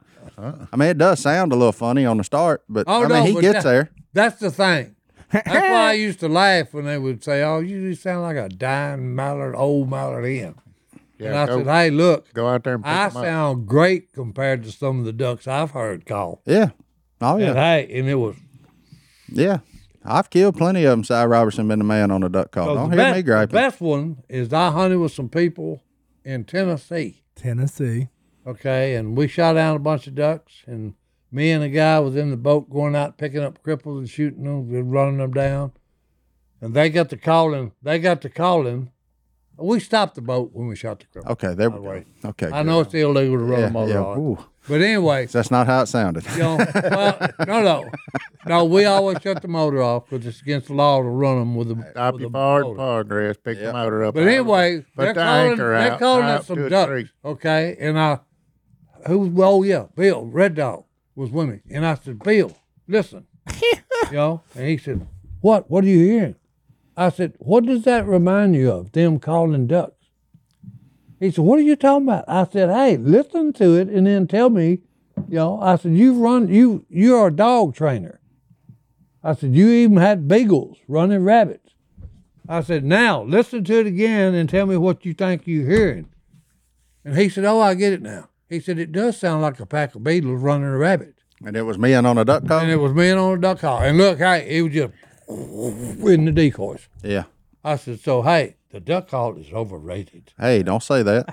D: I mean, it does sound a little funny on the start, but
C: Uh-uh. Oh,
D: I
C: no,
D: mean, he
C: but
D: gets
C: that-
D: there.
C: That's the thing.
A: *laughs*
C: That's why I used to laugh when they would say, "Oh, you just sound like a dying mallard, old mallard hen." and I
A: go,
C: said, "Hey, look,
A: go out there and pick
C: I
A: 'em up.
C: sound great compared to some of the ducks I've heard call."
D: Yeah. Oh
C: And
D: yeah,
C: hey, and it was
D: yeah. I've killed plenty of them. Cy Robertson been the man on a duck call.
C: the
D: Don't hear
C: best,
D: me
C: the
D: griping.
C: best one is I hunted with some people in Tennessee.
B: Tennessee.
C: Okay, and we shot down a bunch of ducks, and me and a guy was in the boat going out picking up cripples and shooting them, and running them down. And they got the calling. They got the calling. We stopped the boat when we shot the cripple.
D: Okay, there we
C: All
D: go.
C: right.
D: Okay,
C: I
D: good.
C: know it's illegal to run
D: Yeah,
C: them over
D: yeah.
C: on.
D: Ooh.
C: But anyway,
D: That's not how it sounded.
C: *laughs* you know, well, no, no, no. We always shut the motor off because it's against the law to run them with the
A: Stop
C: with
A: your
C: the
A: forward
C: motor.
A: progress. Pick the motor up.
C: But anyway,
A: Put
C: they're
A: the
C: calling,
A: anchor
C: they're
A: out,
C: calling
A: tie
C: us
A: up
C: some
A: to a
C: ducks,
A: tree.
C: okay? And I, who? Oh yeah, Bill Red Dog was with me, and I said, Bill, listen, you know, and he said, What? What are you hearing? I said, What does that remind you of? Them calling ducks. He said, What are you talking about? I said, Hey, listen to it, and then tell me, you know. I said, You've run, you you're a dog trainer. I said, You even had beagles running rabbits. I said, Now listen to it again and tell me what you think you're hearing. And he said, Oh, I get it now. He said, It does sound like a pack of beetles running a rabbit.
D: and it was me and on a duck
C: And
D: call.
C: it was men on a duck call. And look, hey, it was just *laughs* in the decoys.
D: Yeah.
C: I said, So, hey, The duck call is overrated.
D: Hey, don't
C: *laughs*
D: say that.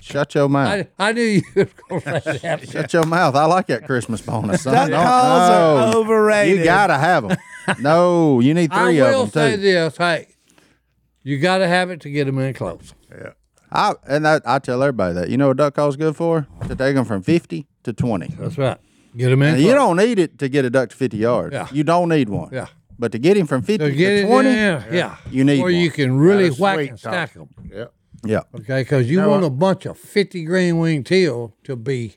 D: Shut your mouth.
C: I, I knew you *laughs* were going to say that.
D: Shut your mouth. I like that Christmas bonus. Son.
B: Duck
D: Don't-
B: calls are
D: no.
B: overrated.
D: You gotta have them. No, you need
C: I
D: three
C: will
D: of
C: say
D: them too.
C: this. Hey, you got to have it to get them in close.
D: I and I, I tell everybody that. You know what duck call's good for? To take them from fifty to twenty.
C: That's right. Get them in
D: Now,
C: close.
D: you don't need it to get a duck to fifty yards.
C: Yeah.
D: You don't need one.
C: Yeah.
D: But to get him from fifty
C: So
D: to,
C: get it
D: twenty,
C: in there. Yeah.
D: you need
C: Or you
D: one.
C: can really
A: That's
C: whack
A: sweet
C: and
A: talk.
C: stack them.
A: Yeah.
D: yeah.
C: Okay, because you
A: No,
C: want
G: uh,
A: I-
C: a bunch of 50 green winged teal to be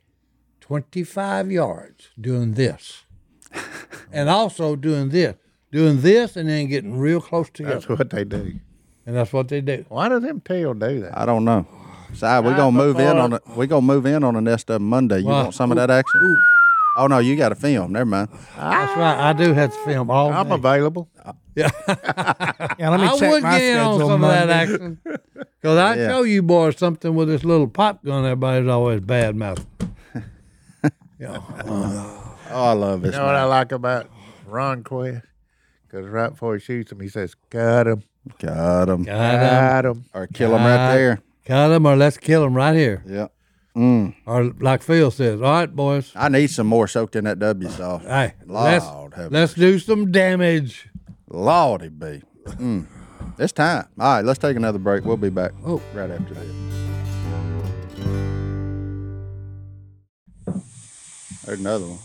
C: 25 yards doing
G: *laughs*
C: this. and also doing this. Doing this and then getting real close together.
A: That's what they do.
C: and that's what they do.
A: Why do them tail do that?
D: I don't know. Si, we're gonna move in on a, we're gonna move in on the nest of 'em Monday. You
C: Why?
D: want some of that action? Oh no, you got a film. Never mind.
C: That's right. I do have
G: Ah.
C: to film all
A: I'm
C: day.
A: available.
G: Yeah, let me
C: I
G: check
C: would
G: my
C: get in on
G: schedule
C: some of that
G: Monday.
C: action. Because I
D: Yeah.
C: show you boys something with this little pop gun everybody's always bad mouth.
D: Oh, I
A: *laughs*
D: love this.
A: You know what I like about Ron Quest? Because right before he shoots him, he says, "Cut him,
D: Got him
G: Ah.
C: Got him.
A: cut him."
D: or kill him right there.
C: Got him or let's kill him right here.
D: Yeah. Mm.
C: Or like Phil says, all right, boys.
D: I need some more soaked in that W sauce.
C: Hey, let's,
D: Lord, have
C: let's do some damage.
D: Lord, it be. Mm. It's time. All right, let's take another break. We'll be back
C: Oh.
D: right after this. There's another one.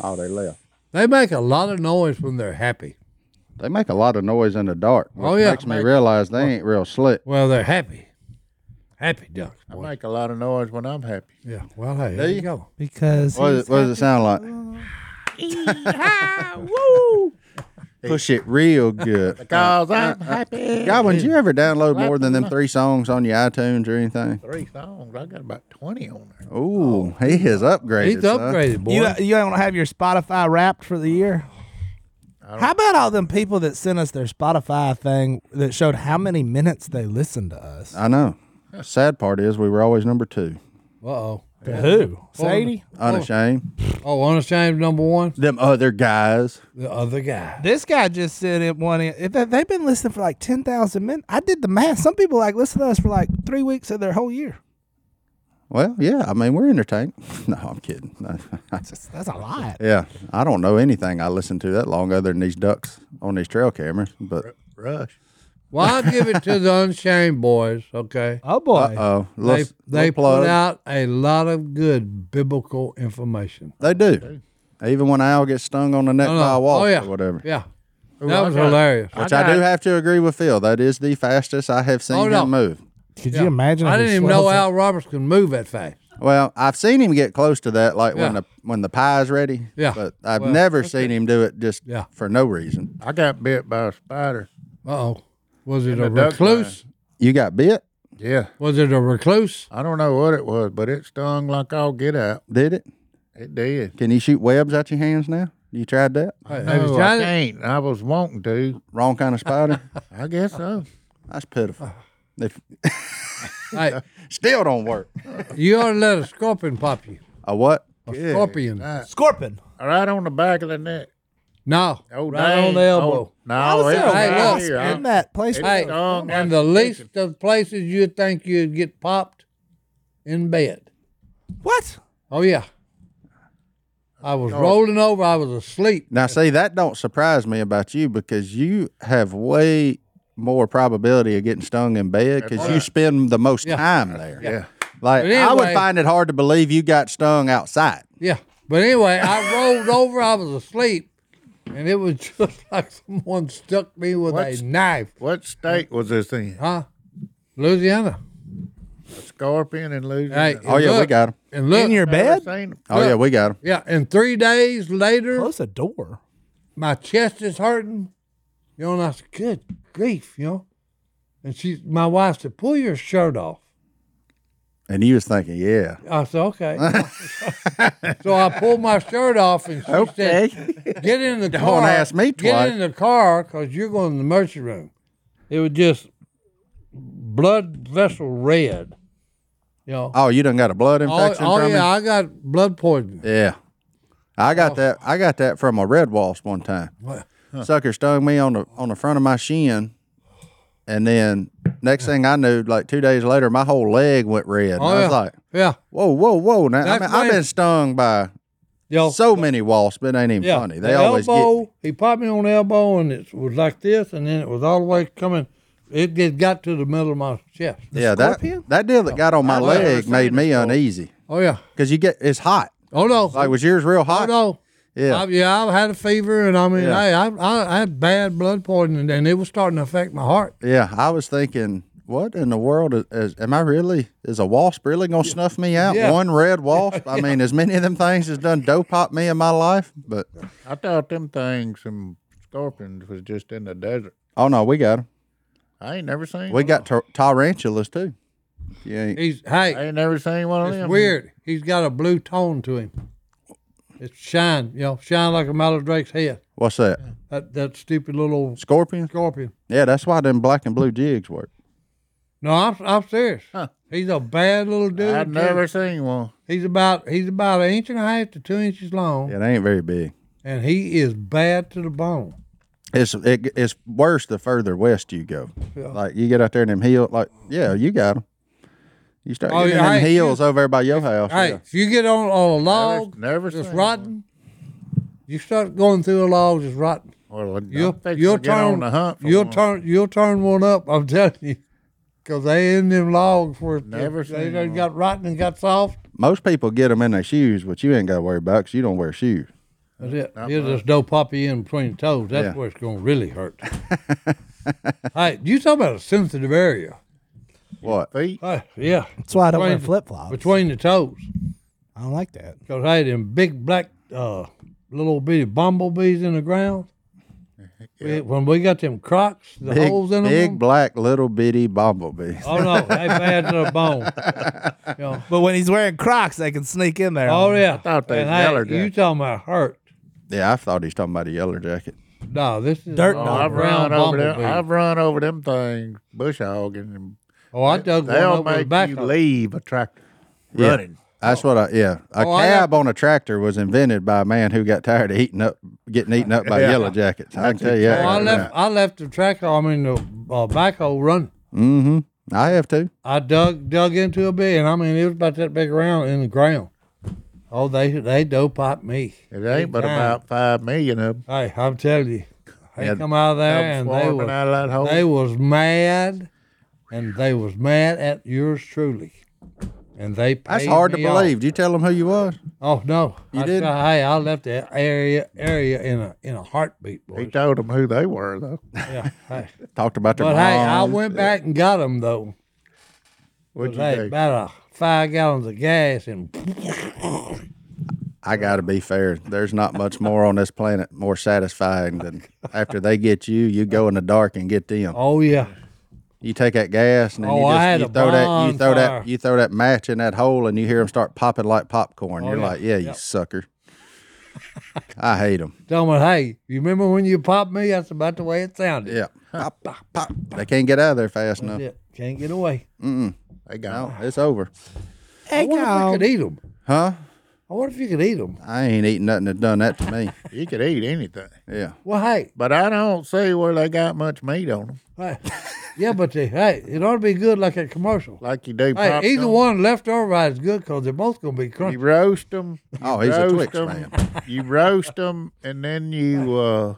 D: Oh, they left.
C: They make a lot of noise when they're happy.
D: They make a lot of noise in the dark. Which
C: Oh, yeah.
D: makes me realize they ain't real slick.
C: Well, they're happy. Happy ducks.
A: I
C: boy.
A: make a lot of noise when I'm happy.
C: Yeah. Well, hey, there
D: There
C: you
D: you-
C: go.
B: because
D: What,
B: he's
D: does- what does it sound like?
C: *laughs*
D: Push it real good.
A: Cause
C: *laughs*
A: I'm happy.
D: Godwin, did you ever download more than them three songs on your iTunes or anything?
A: Three songs. I got about twenty on there.
D: Ooh, he has upgraded.
C: Oh, He's
D: son.
C: upgraded, boy.
B: You you don't have your Spotify wrapped for the year. How about all them people that sent us their Spotify thing that showed how many minutes they listened to us?
D: I know. Sad part is we were always number two.
C: Uh-oh.
B: Who? Sadie?
D: Unashamed.
C: Oh, unashamed number one,
D: Them other guys.
C: the other guy.
B: This guy just said it one. in- If they- they've been listening for like ten thousand minutes, I did the math. Some people like listen to us for like three weeks of their whole year.
D: Well, yeah. I mean, we're entertained. *laughs* No, I'm kidding. *laughs*
B: That's a lot.
D: yeah, I don't know anything I listened to that long other than these ducks on these trail cameras. But
A: Rush.
C: Well, I'll give it to the unashamed boys, okay?
G: Oh boy,
D: uh oh,
C: They, they
D: plug.
C: put out a lot of good biblical information.
D: They do. Even when Al gets stung on the neck
C: No, no.
D: by a wall
C: oh, yeah.
D: or whatever.
C: Yeah.
A: Ooh,
C: that
A: I
C: was
A: got-
C: hilarious.
D: Which I, do have to agree with Phil. That is the fastest I have seen
C: Oh,
D: him
C: no.
D: move.
B: Could
C: Yeah.
B: you imagine?
C: I
B: if he
C: didn't even
B: swells
C: know
B: up?
C: Al Roberts can move that fast.
D: Well, I've seen him get close to that, like when
C: Yeah.
D: the when the pie's ready.
C: Yeah.
D: But I've
C: Well,
D: never seen him do it just
C: Yeah.
D: for no reason.
A: I got bit by a spider.
C: Uh-oh. Was it
A: the
C: a
A: duck
C: recluse?
D: You got bit,
A: Yeah.
C: Was it
A: *laughs*
C: a recluse?
A: I don't know what it was, but it stung like all get out.
D: did it?
A: It did.
D: Can you shoot webs out your hands now? You tried that?
C: Hey, have you
A: No,
C: tried
A: I
C: it?
A: can't. I was wanting to.
D: Wrong kind
C: *laughs*
D: of spider?
A: I guess so.
D: That's pitiful. If, *laughs*
C: Hey,
D: still don't work.
C: you ought to let a scorpion pop you.
D: A what?
C: A scorpion.
A: Right,
B: Scorpion.
A: right on the back of the neck.
C: No.
A: Oh,
C: right
A: dang.
C: on the elbow.
A: Oh, no, it
C: there
A: was
C: a
A: right
C: wasp
A: here.
B: In that place.
A: It
C: Hey,
A: stung like
C: and the
A: a
C: least
A: chicken.
C: of places you'd think you'd get popped in bed.
B: What?
C: Oh, yeah. I was rolling over. I was asleep.
D: Now, see, that don't surprise me about you because you have way more probability of getting stung in bed because you spend the most time there.
A: Yeah.
D: Like,
C: But
D: I would
C: anyway-
D: find it hard to believe you got stung outside.
C: Yeah. But anyway,
B: *laughs*
C: I rolled over. I was asleep. And it was *laughs* just like someone stuck me with
A: What's-
C: a knife.
A: What state was this in?
C: Huh? Louisiana.
A: A scorpion in Louisiana.
C: Hey,
D: Oh, yeah, we
C: look,
D: got him.
C: And look,
B: In your
A: Never
B: bed?
A: seen 'em.
D: Oh, yeah, we got him.
C: yeah, and three days later,
B: Close a door.
C: my chest is hurting. You know, and I said, good grief, you know. And she, my wife said, pull your shirt off.
D: And you was thinking, yeah.
C: I said,
D: *laughs*
C: okay. so I pulled my shirt off and she said, get in
D: *laughs*
C: the car.
D: ask me
C: Get
D: twice."
C: in the car because you're going to the emergency room. It was just blood vessel red. You know,
D: Oh, you done got a blood
C: oh,
D: infection
C: oh,
D: from
C: yeah, Oh.
D: him?
C: I got blood poisoning.
D: Yeah. I got that. I got that from a red wasp one time. Sucker stung me on the on the front of my shin, and then next thing I knew, like two days later, my whole leg went red. and
C: Oh,
D: I was
C: yeah.
D: like,
C: Yeah.
D: "Whoa, whoa, whoa!" Now I
C: That's
D: mean, I've
C: when-
D: been stung by
C: Yo,
D: so many wasps. It ain't even
C: yeah.
D: funny. They
C: the
D: always
C: elbow,
D: get.
C: He popped me on the elbow, and it was like this, and then it was all the way coming. It just got to the middle of my chest.
D: Yeah, that that deal that got on my
C: I've never
D: leg
C: seen
D: made
C: a
D: me
C: scorpion.
D: uneasy
C: Oh yeah.
D: because you get it's hot.
C: Oh no.
D: Like was yours real
C: oh
D: hot?
C: no.
D: Yeah,
C: I, yeah, I had a fever, and I mean,
D: Yeah.
C: hey, I, I, I had bad blood poisoning, and it was starting to affect my heart.
D: yeah. I was thinking, what in the world is, is am I really? Is a wasp really gonna snuff me out?
C: Yeah. *laughs*
D: One red wasp. I mean, as many of them things has done dope pop me in my life, but
A: I thought them things, some scorpions, was just in the desert.
D: oh no, we got 'em.
A: I ain't never seen.
D: We
A: one.
D: got tar- tarantulas too. You ain't-
C: He's hey,
A: I ain't never seen one of
C: It's
A: them.
C: weird. He's got a blue tone to him. It's shine, you know, shine like a Mallard Drake's head.
D: What's that?
C: That that stupid little
D: Scorpions?
C: scorpion.
D: Yeah, that's why them black and blue jigs work.
C: No, I'm I'm serious.
A: Huh.
C: He's a bad little dude.
A: I've
C: too.
A: never seen one.
C: He's about he's about an inch and a half to two inches long,
D: It ain't very big.
C: and he is bad to the bone.
D: It's it, it's worse the further west you go. Like you get out there in them hills, like yeah, you got them. You start
C: Oh,
D: getting in
C: yeah,
D: them
C: hey,
D: hills over there by your house.
C: Hey,
D: yeah.
C: if you get on on a log
A: never
C: just
A: seen
C: rotten, you start going through a log just rotten.
A: Well,
C: You'll,
A: you'll,
C: you'll
A: you'll get
C: turn
A: on the hunt. For
C: you'll
A: one.
C: turn you'll turn one up. I'm *laughs* telling you, because they in them logs where
A: Never
C: they
A: seen
C: done
A: one.
C: got rotten and got soft.
D: Most people get them in their shoes, but you ain't got to worry about because you don't wear shoes.
C: That's it. You just don't pop you in between the toes. That's
D: Yeah.
C: where it's gonna
A: *laughs*
C: really hurt. hey, you talk about a sensitive area.
D: What?
A: feet.
C: Hey, yeah,
B: That's why I don't wear
C: Between-
B: flip flops.
C: between the toes.
B: I don't like that.
C: Cause I had them big black uh, little bitty bumblebees in
A: *laughs*
C: the ground. We- when we got them crocs, the
D: Big,
C: holes in them.
D: big black little bitty bumblebees.
C: *laughs* Oh no, they bad to the
A: *laughs*
C: bone. You know,
B: But when he's wearing Crocs, they can sneak in there.
C: Oh yeah,
A: thought they
C: And,
A: was yellow
C: You
A: jacket.
C: talking about hurt?
D: Yeah, I thought he was talking about a yellow jacket.
C: No, this is
B: Dirt
C: oh,
B: dog.
A: I've
C: brown
A: run over them.
C: bumblebee.
A: I've run over them things, bush hogging, and
C: oh, I dug one
A: they'll
C: up with a
A: make you
C: backhoe.
A: leave a tractor
D: Yeah.
A: running.
D: That's what I yeah. A
C: Oh, I got-
D: cab on a tractor was invented by a man who got tired of eating up, getting eaten up by yellow jackets. I can tell you.
C: Oh,
D: that
C: I
D: right
C: left. I left the tractor. I mean the uh, backhoe running.
D: Mm-hmm. I have to.
C: I dug dug into a bit, and I mean it was about that big round in the ground. Oh, they they dope pop me.
A: It ain't but
C: time.
A: about five million of them.
C: Hey, I'm telling you, they
D: Yeah,
C: come out of there and they
A: swarming
C: was
A: out of that hole.
C: they was mad, and they was mad at yours truly, and they.
D: That's
C: paid
D: hard to
C: me off.
D: believe. Did you tell them who you was?
C: Oh no,
D: You
C: I
D: didn't?
C: said, Hey, I left that area area in a in a heartbeat,
A: he
C: boys.
A: told them who they were though.
C: Yeah,
D: *laughs*
C: hey.
D: Talked about their
C: But hey, I
D: moms.
C: went back and got them though.
A: What'd you
C: Hey,
A: do?
C: about a five gallons of gas and
D: I got to be fair. There's not much more on this planet more satisfying than after they get you, you go in the dark and get them.
C: oh yeah,
D: You take that gas and then
C: Oh,
D: you
C: I
D: just
C: had
D: you
C: a
D: throw that you throw
C: bonfire.
D: that you throw that match in that hole and you hear them start popping like popcorn.
C: Oh,
D: You're
C: yeah.
D: like, yeah, you
C: Yep.
D: sucker. I hate them.
C: tell me, hey, you remember when you popped me? That's about the way it sounded.
D: Yeah. Pop, pop, pop. They can't get out of there fast
C: That's
D: enough.
C: it. Can't get away.
A: They got
D: No, it's over.
C: I wonder if you could eat them.
D: Huh?
C: I wonder if you could eat them.
D: I ain't eating nothing that done that to me. *laughs*
A: you could eat anything,
D: Yeah.
C: Well, hey,
A: but I don't see where they got much meat on them
C: hey. yeah, but they, hey, it ought to be good like a commercial.
A: like you do.
C: Hey, either
A: popcorn.
C: one left or right is good because they're both gonna be
A: You
C: crunchy.
A: roast them.
D: Oh, he's a Twix man.
A: *laughs* You roast them, and then you uh,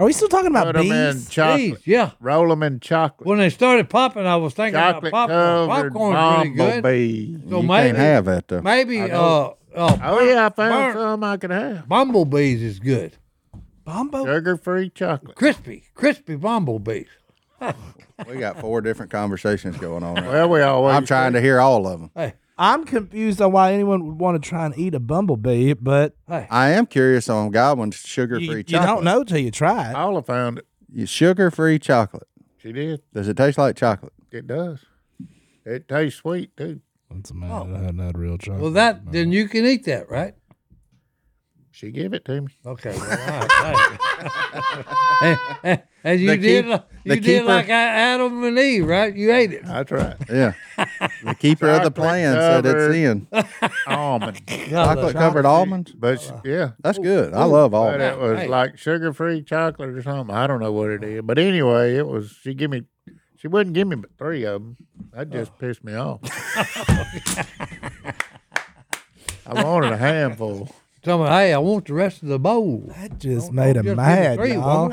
B: Are we still talking about
A: put them in
B: bees?
A: chocolate.
C: Please, yeah.
A: Roll them in chocolate.
C: When they started popping, I was thinking
A: Chocolate
C: about popcorn.
A: covered
C: Popcorn's really good.
A: bumblebee.
C: So
D: you
C: maybe,
D: can't have that though.
C: maybe uh, uh,
A: Oh yeah, I found
C: Burnt.
A: some I could have.
C: bumblebees is good.
B: Bumbo.
A: Sugar-free chocolate.
C: Crispy, crispy bumblebees.
D: We got four different conversations going on.
A: *laughs*
D: Right?
A: Well, we always.
D: I'm trying to hear all of them.
C: Hey,
B: I'm confused on why anyone would want to try and eat a bumblebee, but
C: hey.
D: I am curious on Godwin's sugar-free
B: you, you
D: chocolate.
B: don't know till you try it.
A: Paula found it.
D: You- Sugar-free chocolate.
A: She did.
D: Does it taste like chocolate?
A: It does. It tastes sweet too.
G: Once a man
F: Oh.
G: that hadn't had real chocolate.
C: Well, that then you can eat that, right?
A: She gave it to me.
D: *laughs*
C: Okay. Well, all right, all right. and, And you
D: The
C: did,
D: keep-
C: li-
D: the
C: you did
D: keeper-
C: like I- Adam and Eve, right? You ate it.
A: That's right.
C: *laughs*
D: Yeah. The keeper of the
A: Chocolate
D: plan said it's
A: covered.
D: in.
A: Almond.
D: Chocolate covered almonds.
A: But
C: Uh,
A: sh- yeah,
D: That's good. I love
A: but it
D: almonds.
A: was
C: Oh, Hey.
A: like sugar free chocolate or something. I don't know what it is. But anyway, it was, she give me, she wouldn't give me but three of them. That
C: Oh.
A: just pissed me
C: *laughs*
A: off. I wanted a handful.
C: Tell me, hey, I want the rest of the bowl.
F: That just made
C: just
F: him
C: give
F: mad,
C: it three,
F: y'all.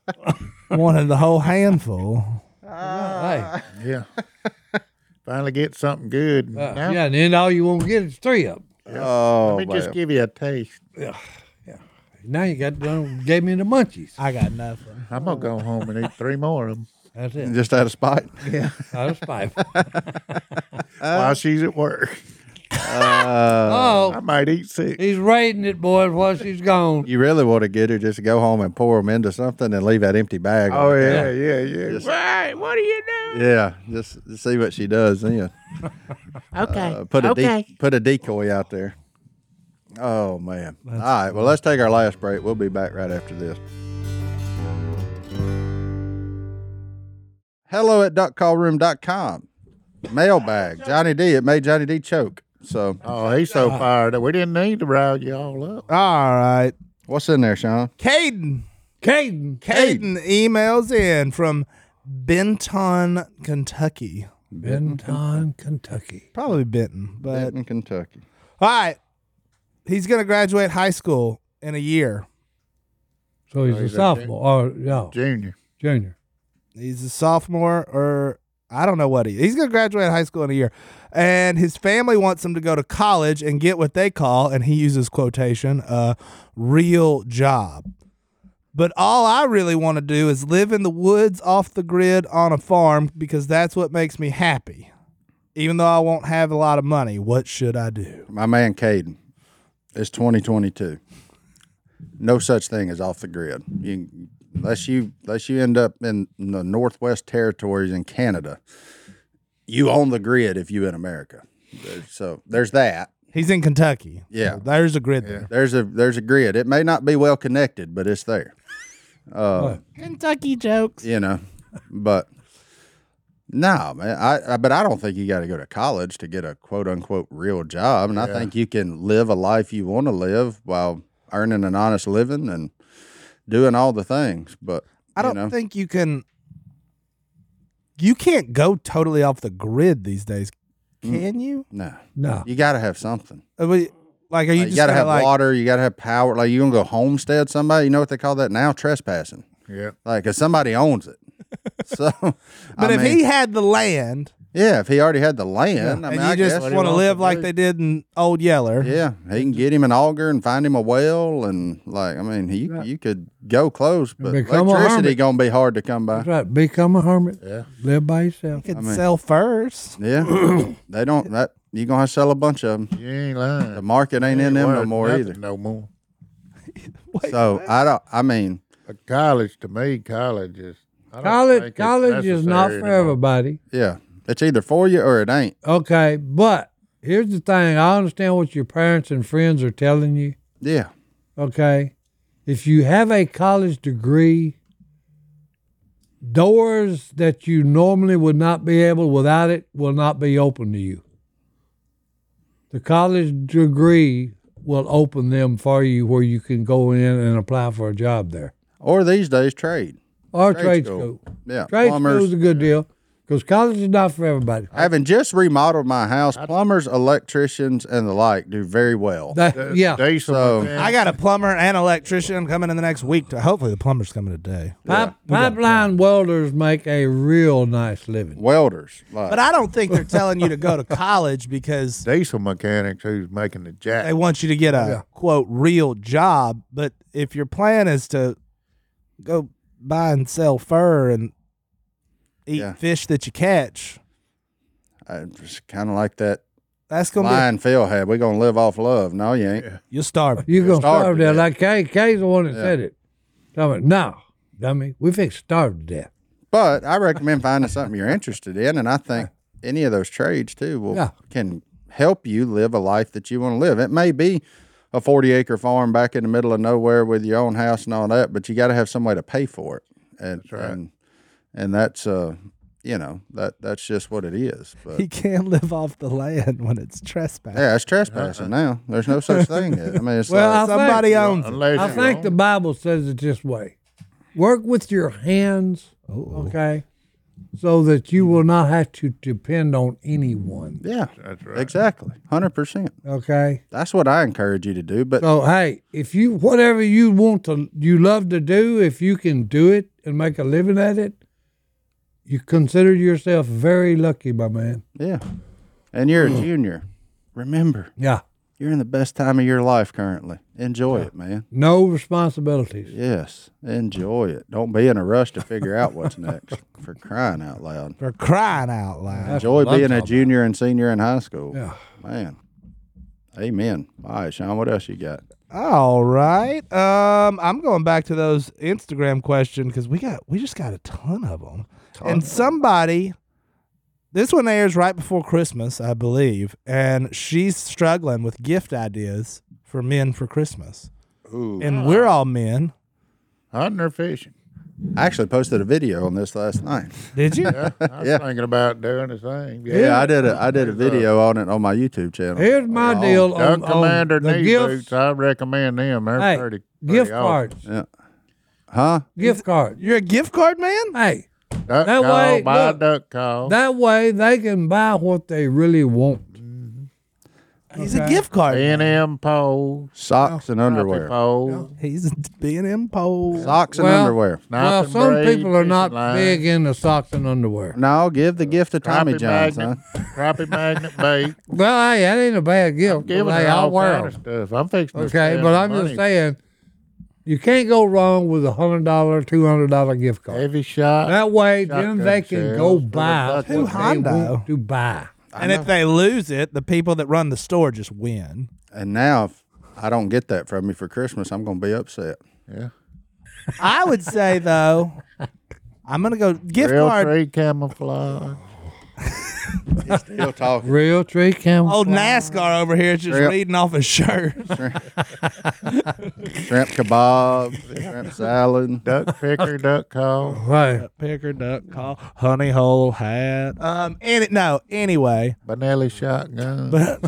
F: *laughs* Wanted the whole handful.
C: Hey,
A: Yeah. Finally get something good.
C: uh,
A: Now,
C: yeah, and then all you won't get is three of them.
D: Oh,
A: Let me just
D: man.
A: give you a taste.
C: Now you got done gave me the munchies.
F: I got nothing.
A: I'm gonna go home and eat three more of them *laughs*
C: That's it.
D: just out of spite.
C: Out of spite.
A: Uh,
D: Uh,
A: while she's at work. I
C: Oh,
A: might eat six.
C: he's raiding it, boys, while she's gone.
D: You really want to get her just to go home and pour them into something and leave that empty bag. on
A: Oh
D: the
A: yeah, yeah, yeah.
I: Right. What do you do?
D: counter. Yeah. Just to see what she does then.
B: Okay.
D: Uh, put a de-
B: okay.
D: put a decoy out there. Oh man. All right. Well, let's take our last break. We'll be back right after this. Hello at duckcallroom.com. Mailbag. Johnny D. It made Johnny D choke. So
A: Oh, he's so fired up. We didn't need to rile you all up.
F: All right.
D: what's in there, Sean?
F: Caden. Caden. Caden emails in from Benton, Kentucky.
C: Benton, Kentucky.
F: Probably Benton, but
D: Benton, Kentucky.
F: all right. He's gonna graduate high school in a year.
C: So he's
A: Oh,
C: a
A: he's a
C: sophomore. Or, yeah,
A: Junior.
C: junior.
F: He's a sophomore, or I don't know what he. He's gonna graduate high school in a year, and his family wants him to go to college and get what they call, and he uses quotation, a real job. But all I really want to do is live in the woods, off the grid, on a farm because that's what makes me happy. Even though I won't have a lot of money, what should I do?
D: My man Caden. It's 2022. No such thing as off the grid. You, unless you unless you end up in the Northwest Territories in Canada, you own the grid if you in America. There's- So there's that.
F: He's in Kentucky.
D: Yeah.
F: So there's a grid there.
D: There's a there's a grid. It may not be well connected, but it's there.
B: Kentucky jokes.
D: You know, but no, man. I, I but I don't think you got to go to college to get a quote unquote real job, and I think you can live a life you want to live while earning an honest living and doing all the things. But
F: I don't
D: you know,
F: think you can. You can't go totally off the grid these days,
D: Mm.
F: can you?
D: no,
C: No.
D: you got to have something.
F: Are we- like, are
D: Like, Uh, You,
F: you just
D: got to
F: gonna,
D: have
F: like?
D: water. You got to have power. Like you gonna go homestead somebody? You know what they call that now? Trespassing.
A: Yeah.
D: Like, cause somebody owns it. *laughs* So,
F: But if he had the land,
D: yeah, if he already had the land, I mean,
F: and you
D: I
F: just
D: guess,
F: want to live like they did in Old Yeller,
D: Yeah, he can get him an auger and find him a well, and like I mean, he you could go close, but
C: Become a
D: electricity
C: hermit.
D: gonna be hard to come by.
C: That's right. Become a hermit. Yeah. Live by yourself.
F: could sell first.
D: Yeah, *coughs* they don't. That you gonna have to sell a bunch of them.
A: You ain't lying.
D: The market ain't in them no
A: Worth
D: more
A: nothing
D: either.
A: No more.
D: So I don't. I mean,
A: But college to me, college is I don't think it's
C: College, college is not for
A: necessary anymore.
C: everybody.
D: yeah, it's either for you or it ain't.
C: Okay, but here's the thing. I understand what your parents and friends are telling you.
D: Yeah,
C: okay? If you have a college degree, doors that you normally would not be able without it will not be open to you. The college degree will open them for you where you can go in and apply for a job there.
D: or these days trade.
C: Or trade,
D: Trade
C: school.
D: school. Yeah,
C: Trade
D: plumbers.
C: school is a good deal because college is not for everybody.
D: Having just remodeled my house, plumbers, electricians, and the like do very well.
C: That- yeah.
A: Diesel
D: So-
A: mechanic,
F: I got a plumber and electrician coming in the next week. To, hopefully, the plumber's coming today.
C: Pipe, pipeline welders make a real nice living.
D: Welders, like,
F: But I don't think they're telling you to go to college because
A: diesel mechanics who's making the jack.
F: they want you to get a quote real job. But if your plan is to go buy and sell fur and eat
D: Yeah.
F: fish that you catch,
D: I, it's kind of like that
F: that's gonna
D: line Phil had. We gonna live off love. No, you ain't.
F: be you'll starve. *laughs*
C: You're gonna
D: starved
C: starve
D: to
C: to death.
D: death.
C: Like Kay, Kay's the one that
D: Yeah.
C: said it. I went, no, dummy, we fix starved to death.
D: But I recommend finding something you're interested in, and I think any of those trades too will
C: Yeah.
D: can help you live a life that you want to live. It may be a 40 acre farm back in the middle of nowhere with your own house and all that, but you got to have some way to pay for it. and
A: That's right.
D: and, and that's uh, you know that that's just what it is. But
F: He can't live off the land when it's trespass.
D: yeah, it's trespassing now. There's no such thing. I mean, it's
C: Well,
D: like,
C: I
F: Somebody
C: think-
F: owns it.
A: Unless
C: I
A: you
C: think the
A: own-
C: Bible says it this way: work with your hands, okay, so that you will not have to depend on anyone.
D: yeah,
A: That's right.
D: exactly, hundred percent.
C: Okay,
D: That's what I encourage you to do. But
C: so hey, if you whatever you want to, you love to do, if you can do it and make a living at it, you consider yourself very lucky, my man.
D: yeah, and you're a junior. Remember,
C: Yeah,
D: you're in the best time of your life currently. Enjoy it, man.
C: no responsibilities.
D: Yes, enjoy it. Don't be in a rush to figure out
C: *laughs*
D: what's next. For crying out loud,
F: For crying out loud.
D: enjoy
C: what I'm
D: being a
C: talking
D: junior and senior in high school.
C: Yeah.
D: Man. Amen. All right, Sean, what else you got?
F: All right. Um, I'm going back to those Instagram questions because we got we just got a ton of them. and somebody, this one airs right before Christmas, I believe, and she's struggling with gift ideas for men for Christmas.
D: Ooh.
F: And we're all men.
A: hunting or
D: *laughs*
A: fishing.
D: I actually posted a video on this last night.
F: Did you?
A: Yeah, I was
D: Yeah.
A: thinking about doing the same.
D: Yeah, I did a I did a video on it on my YouTube channel.
C: Here's my deal
A: Duck
C: on, on
A: Commander
C: the
A: knee
C: gifts,
A: boots. I recommend them. They're
C: Hey,
A: pretty, pretty
C: gift
A: awesome.
C: cards,
D: Huh?
C: gift cards.
F: You're a gift card man?
C: Hey,
A: Duck
C: That
A: call,
C: way-
A: buy
C: look,
A: duck call.
C: That way they can buy what they really want.
F: He's a gift card. man.
A: A&M pole,
D: Socks
C: Oh,
D: and
A: underwear.
D: underwear.
A: pole,
F: He's a B&M pole.
D: Socks and
C: Well-
D: underwear.
C: Well,
A: snapping
C: some
A: braid,
C: people are
A: fishing
C: not
A: line,
C: big into socks and underwear.
D: No, give the gift to Tommy
A: crappie
D: John's, huh?
A: magnet, crappie
D: *laughs*
A: magnet bait.
C: Well, hey, that ain't a bad gift.
A: Giving
C: They
A: her
C: all
A: all
C: wear
A: kind of
C: 'em.
A: stuff. I'm fixing to
C: Okay,
A: spend
C: but
A: the
C: I'm just
A: money.
C: saying, you can't go wrong with a hundred dollar, two hundred dollar gift card.
A: Heavy shot.
C: That way, then
A: Shotgun
C: they can go
A: shells,
C: buy
A: little
C: what they
F: bucket. Who
C: want to buy.
F: And if they lose it, the people that run the store just win.
D: And now if I don't get that from you for Christmas, I'm gonna be upset.
A: Yeah.
F: I would say though, I'm gonna go gift
A: Real
F: card.
A: tree camouflage.
D: *laughs* Still talking.
C: Real tree camel.
F: Old NASCAR over here is just
D: Yep.
F: reading off his *laughs* shirt.
D: shrimp kebab, shrimp salad.
A: Duck picker, duck call.
C: Right.
F: Picker duck call, honey hole hat. Um, and no, anyway,
A: Benelli shotgun.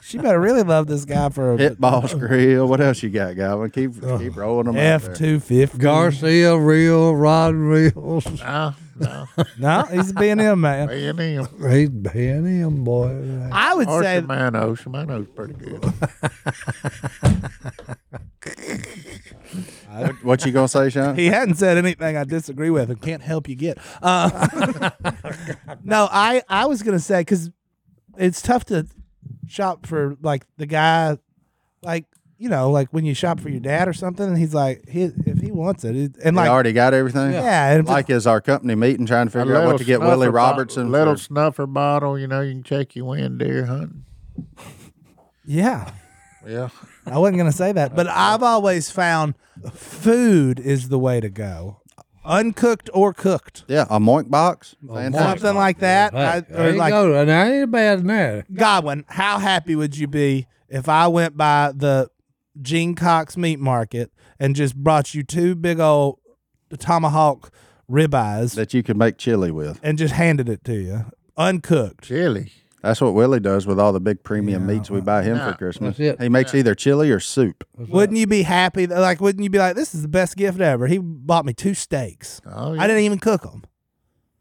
F: she better really love this guy for a
D: Hit balls grill. What else you got, Galvin? Keep keep rolling them out there.
F: Uh, F two fifty.
C: Garcia, real Rod, real.
A: no, no.
F: No, he's a
D: *laughs*
F: B&M man.
A: A&M.
C: *laughs* He's paying him, boy.
F: I would
A: Or
F: say
A: Shimano. Shimano's pretty good.
D: What, what you gonna say, Sean?
F: *laughs* he hadn't said anything I disagree with and can't help you get.
D: *laughs*
F: Uh, no, I I was gonna say because it's tough to shop for like the guy, like you know, like when you shop for your dad or something, and he's like, he, if he wants it, it- and
D: They
F: like,
D: already got everything.
F: yeah, and if
D: Like is our company meeting trying to
A: A
D: figure out what
A: little
D: to get
A: snuffer
D: Willie
A: bo-
D: Robertson.
A: little
D: for-
A: snuffer bottle, you know, you can check your wind deer hunting.
F: yeah.
A: Yeah.
F: I wasn't gonna say that, but I've always found food is the way to go, uncooked or cooked,
D: yeah, a moink box. Fantastic.
F: something like that, I,
C: there
F: or
C: you
F: like
C: go. And I ain't bad in that.
F: Godwin, how happy would you be if I went by the Gene Cox meat market and just brought you two big old tomahawk ribeyes
D: That you can make chili with.
F: and just handed it to you uncooked?
A: Chili.
D: That's what Willie does with all the big premium meats we buy him
A: nah,
D: for Christmas.
C: that's it.
D: He makes either chili or soup.
F: Wouldn't you be happy? that- Like, wouldn't you be like, this is the best gift ever? He bought me two steaks.
A: Oh,
F: I didn't even cook them.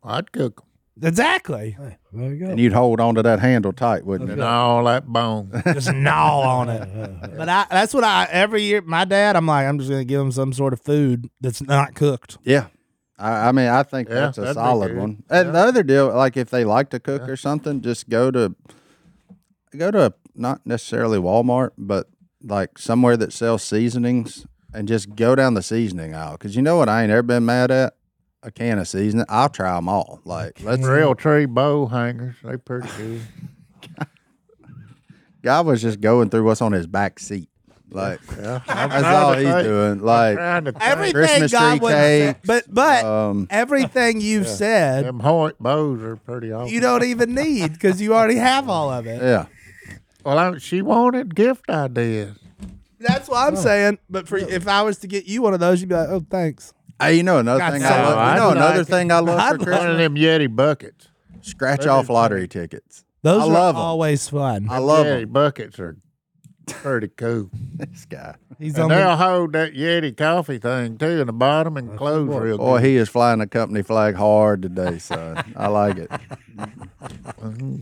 A: I'd cook 'em.
F: Exactly.
C: There you go.
D: And you'd hold onto that handle tight, wouldn't
A: And
D: you?
A: all that bone.
F: Just gnaw on it. *laughs* But I, that's what I, every year, my dad, I'm like, I'm just going to give him some sort of food that's not cooked.
D: Yeah. I, I mean, I think
A: Yeah,
D: that's a
A: that'd be
D: solid
A: good.
D: one. And the other deal, like if they like to cook or something, just go to go to not necessarily Walmart, but like somewhere that sells seasonings, and just go down the seasoning aisle. Because you know what, I ain't ever been mad at a can of seasoning. I'll try them all. Like let's.
A: Real tree bow hangers. They pretty good.
D: Guy was just going through what's on his back seat. Like *laughs* that's
A: trying
D: all
A: to
D: he's
A: think.
D: doing. Like
A: Trying to think.
F: Everything
D: Christmas tree
F: God wouldn't say-
D: cakes,
F: But
D: *laughs*
F: but
D: um,
F: everything you've said,
A: Them Hoyt bows are pretty awesome.
F: you don't even need because you already have all of it.
D: yeah.
A: well, I, she wanted gift ideas.
F: That's what I'm saying. But for if I was to get you one of those, you'd be like, "Oh, thanks."
D: Hey, you know another
J: God,
D: thing
J: so
D: I love.
K: I'd
D: You know another
J: like-
D: thing I love for
A: One of
D: Christmas:
A: them Yeti buckets.
D: scratch off lottery tickets. *laughs*
F: Those
D: I
F: are
D: love 'em.
F: always fun.
D: I love
A: Yeti
D: 'em.
A: buckets are pretty
F: *laughs*
A: cool.
D: This guy,
F: He's on
A: And
F: the-
A: they'll hold that Yeti coffee thing too in the bottom and close real
D: boy,
A: good.
D: he is flying the company flag hard today, son. I like it.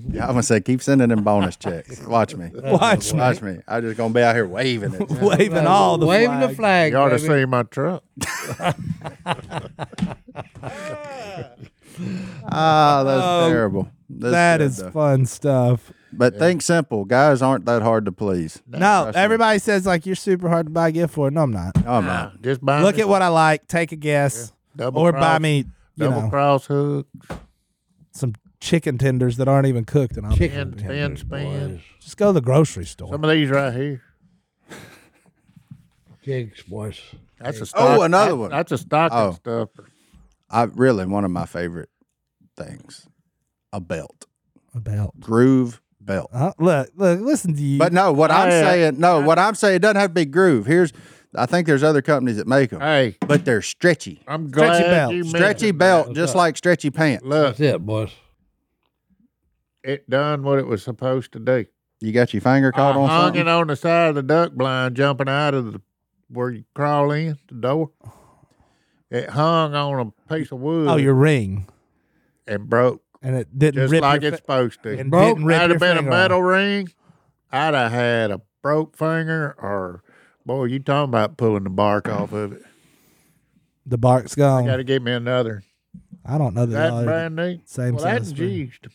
D: Yeah, I'm gonna say, keep sending them bonus checks. Watch me.
F: *laughs* Watch me.
D: Watch me. I'm just gonna be out here waving it.
F: waving all the
C: waving the flag.
F: flags.
A: You ought to
C: baby.
A: see my truck.
D: Ah, that's
F: Oh,
D: terrible. That's
F: That
D: good,
F: is
D: though.
F: fun stuff.
D: But think simple. Guys aren't that hard to please.
F: No,
D: Trust me.
F: everybody says like you're super hard to buy a gift for. No, I'm not.
D: No, I'm not.
A: Just buy
F: Look
A: me
F: at what I like. Take a guess,
A: double
F: or
A: cross,
F: buy me, you
A: double
F: know,
A: cross hook,
F: some chicken tenders that aren't even cooked, and I'll
A: ten spin spin.
F: just go to the grocery store.
A: Some of these right here.
C: Jigs, boys.
A: That's a stock,
D: Oh, another
A: that-
D: one.
A: That's a stocking
D: Oh.
A: stuffer.
D: I really one of my favorite things, a belt,
F: About
D: groove belt.
F: uh, look, look, listen to you.
D: But no, what I'm
A: I, uh,
D: saying, no, what I'm saying, it doesn't have to be groove. Here's, I think there's other companies that make them,
A: Hey,
D: but they're stretchy,
A: I'm glad
F: Stretchy belt.
A: you mentioned
D: stretchy
A: that.
D: belt, just like stretchy pants.
A: Look,
C: That's it, boys.
A: it done what it was supposed to do.
D: You got your finger caught
A: I
D: on
A: hung it
D: something.
A: on the side of the duck blind, jumping out of the where you crawl in the door. It hung on a piece of wood.
F: oh, your ring,
A: and broke
F: and it didn't
A: just
F: rip
A: like
F: your
A: it's supposed to.
F: fi- and
C: broke.
F: didn't rip
A: I'd
F: your
A: have been a
F: finger
A: metal
F: off.
A: ring. I'd have had a broke finger, or boy, you talking about pulling the bark off of it?
F: The bark's gone.
A: Got to get me another.
F: I don't know that.
A: That
F: y'all are-
A: brand new.
F: same
A: well, that's
F: size spring.
A: used.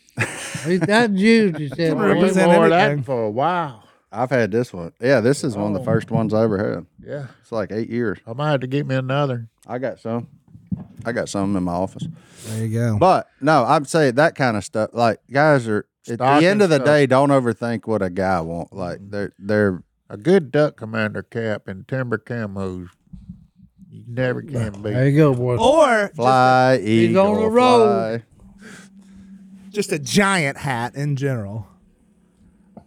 C: He- That Jews, he said.
A: We wore
C: boys.
F: represent
A: that
F: anything.
A: for a while.
D: I've had this one. Yeah, this is one of the
C: Oh.
D: first ones I ever had.
A: Yeah,
D: It's like eight years.
A: I might have to get me another.
D: I got some. I got some in my office.
F: There you go.
D: But no, I'm saying that kind of stuff. Like guys are at
A: Stocking
D: the end of the
A: stuff.
D: day, don't overthink what a guy want. Like
C: Mm-hmm.
D: they're they're
A: A good duck commander cap and timber camos. You never can beat.
C: There you go, boys.
F: Or
D: fly
C: he's
D: eagle
C: on the road.
D: fly.
F: just a giant hat in general.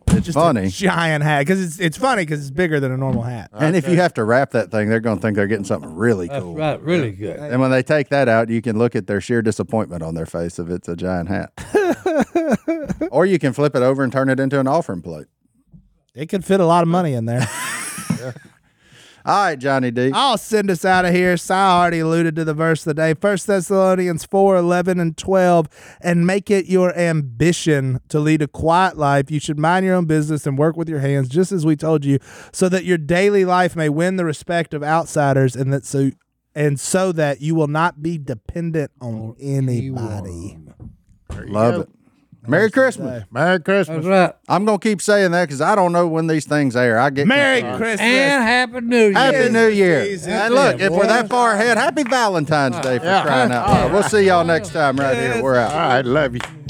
D: It's
F: Just a
D: funny.
F: giant hat because it's it's funny because it's bigger than a normal hat.
D: and if you have to wrap that thing, they're going to think they're getting something really
C: That's
D: cool.
C: right. Really good.
D: And when they take that out, you can look at their sheer disappointment on their face if it's a giant *laughs* hat. or you can flip it over and turn it into an offering plate.
F: It could fit a lot of money in there.
D: All right, Johnny D.
F: I'll send us out of here. Si already alluded to the verse of the day. First Thessalonians 4, 11 and 12. And make it your ambition to lead a quiet life. You should mind your own business and work with your hands, just as we told you, so that your daily life may win the respect of outsiders and that so and so that you will not be dependent on anybody.
D: Love it. Merry Christmas.
A: Merry Christmas.
C: That's right.
D: I'm going to keep saying that because I don't know when these things air. I get
F: Merry Christmas.
C: And Happy New Year.
D: Happy New Year.
F: Jesus.
D: And look, if we're that far ahead, happy Valentine's Day for crying out loud. We'll see y'all next time right here. We're out.
A: All right, love you.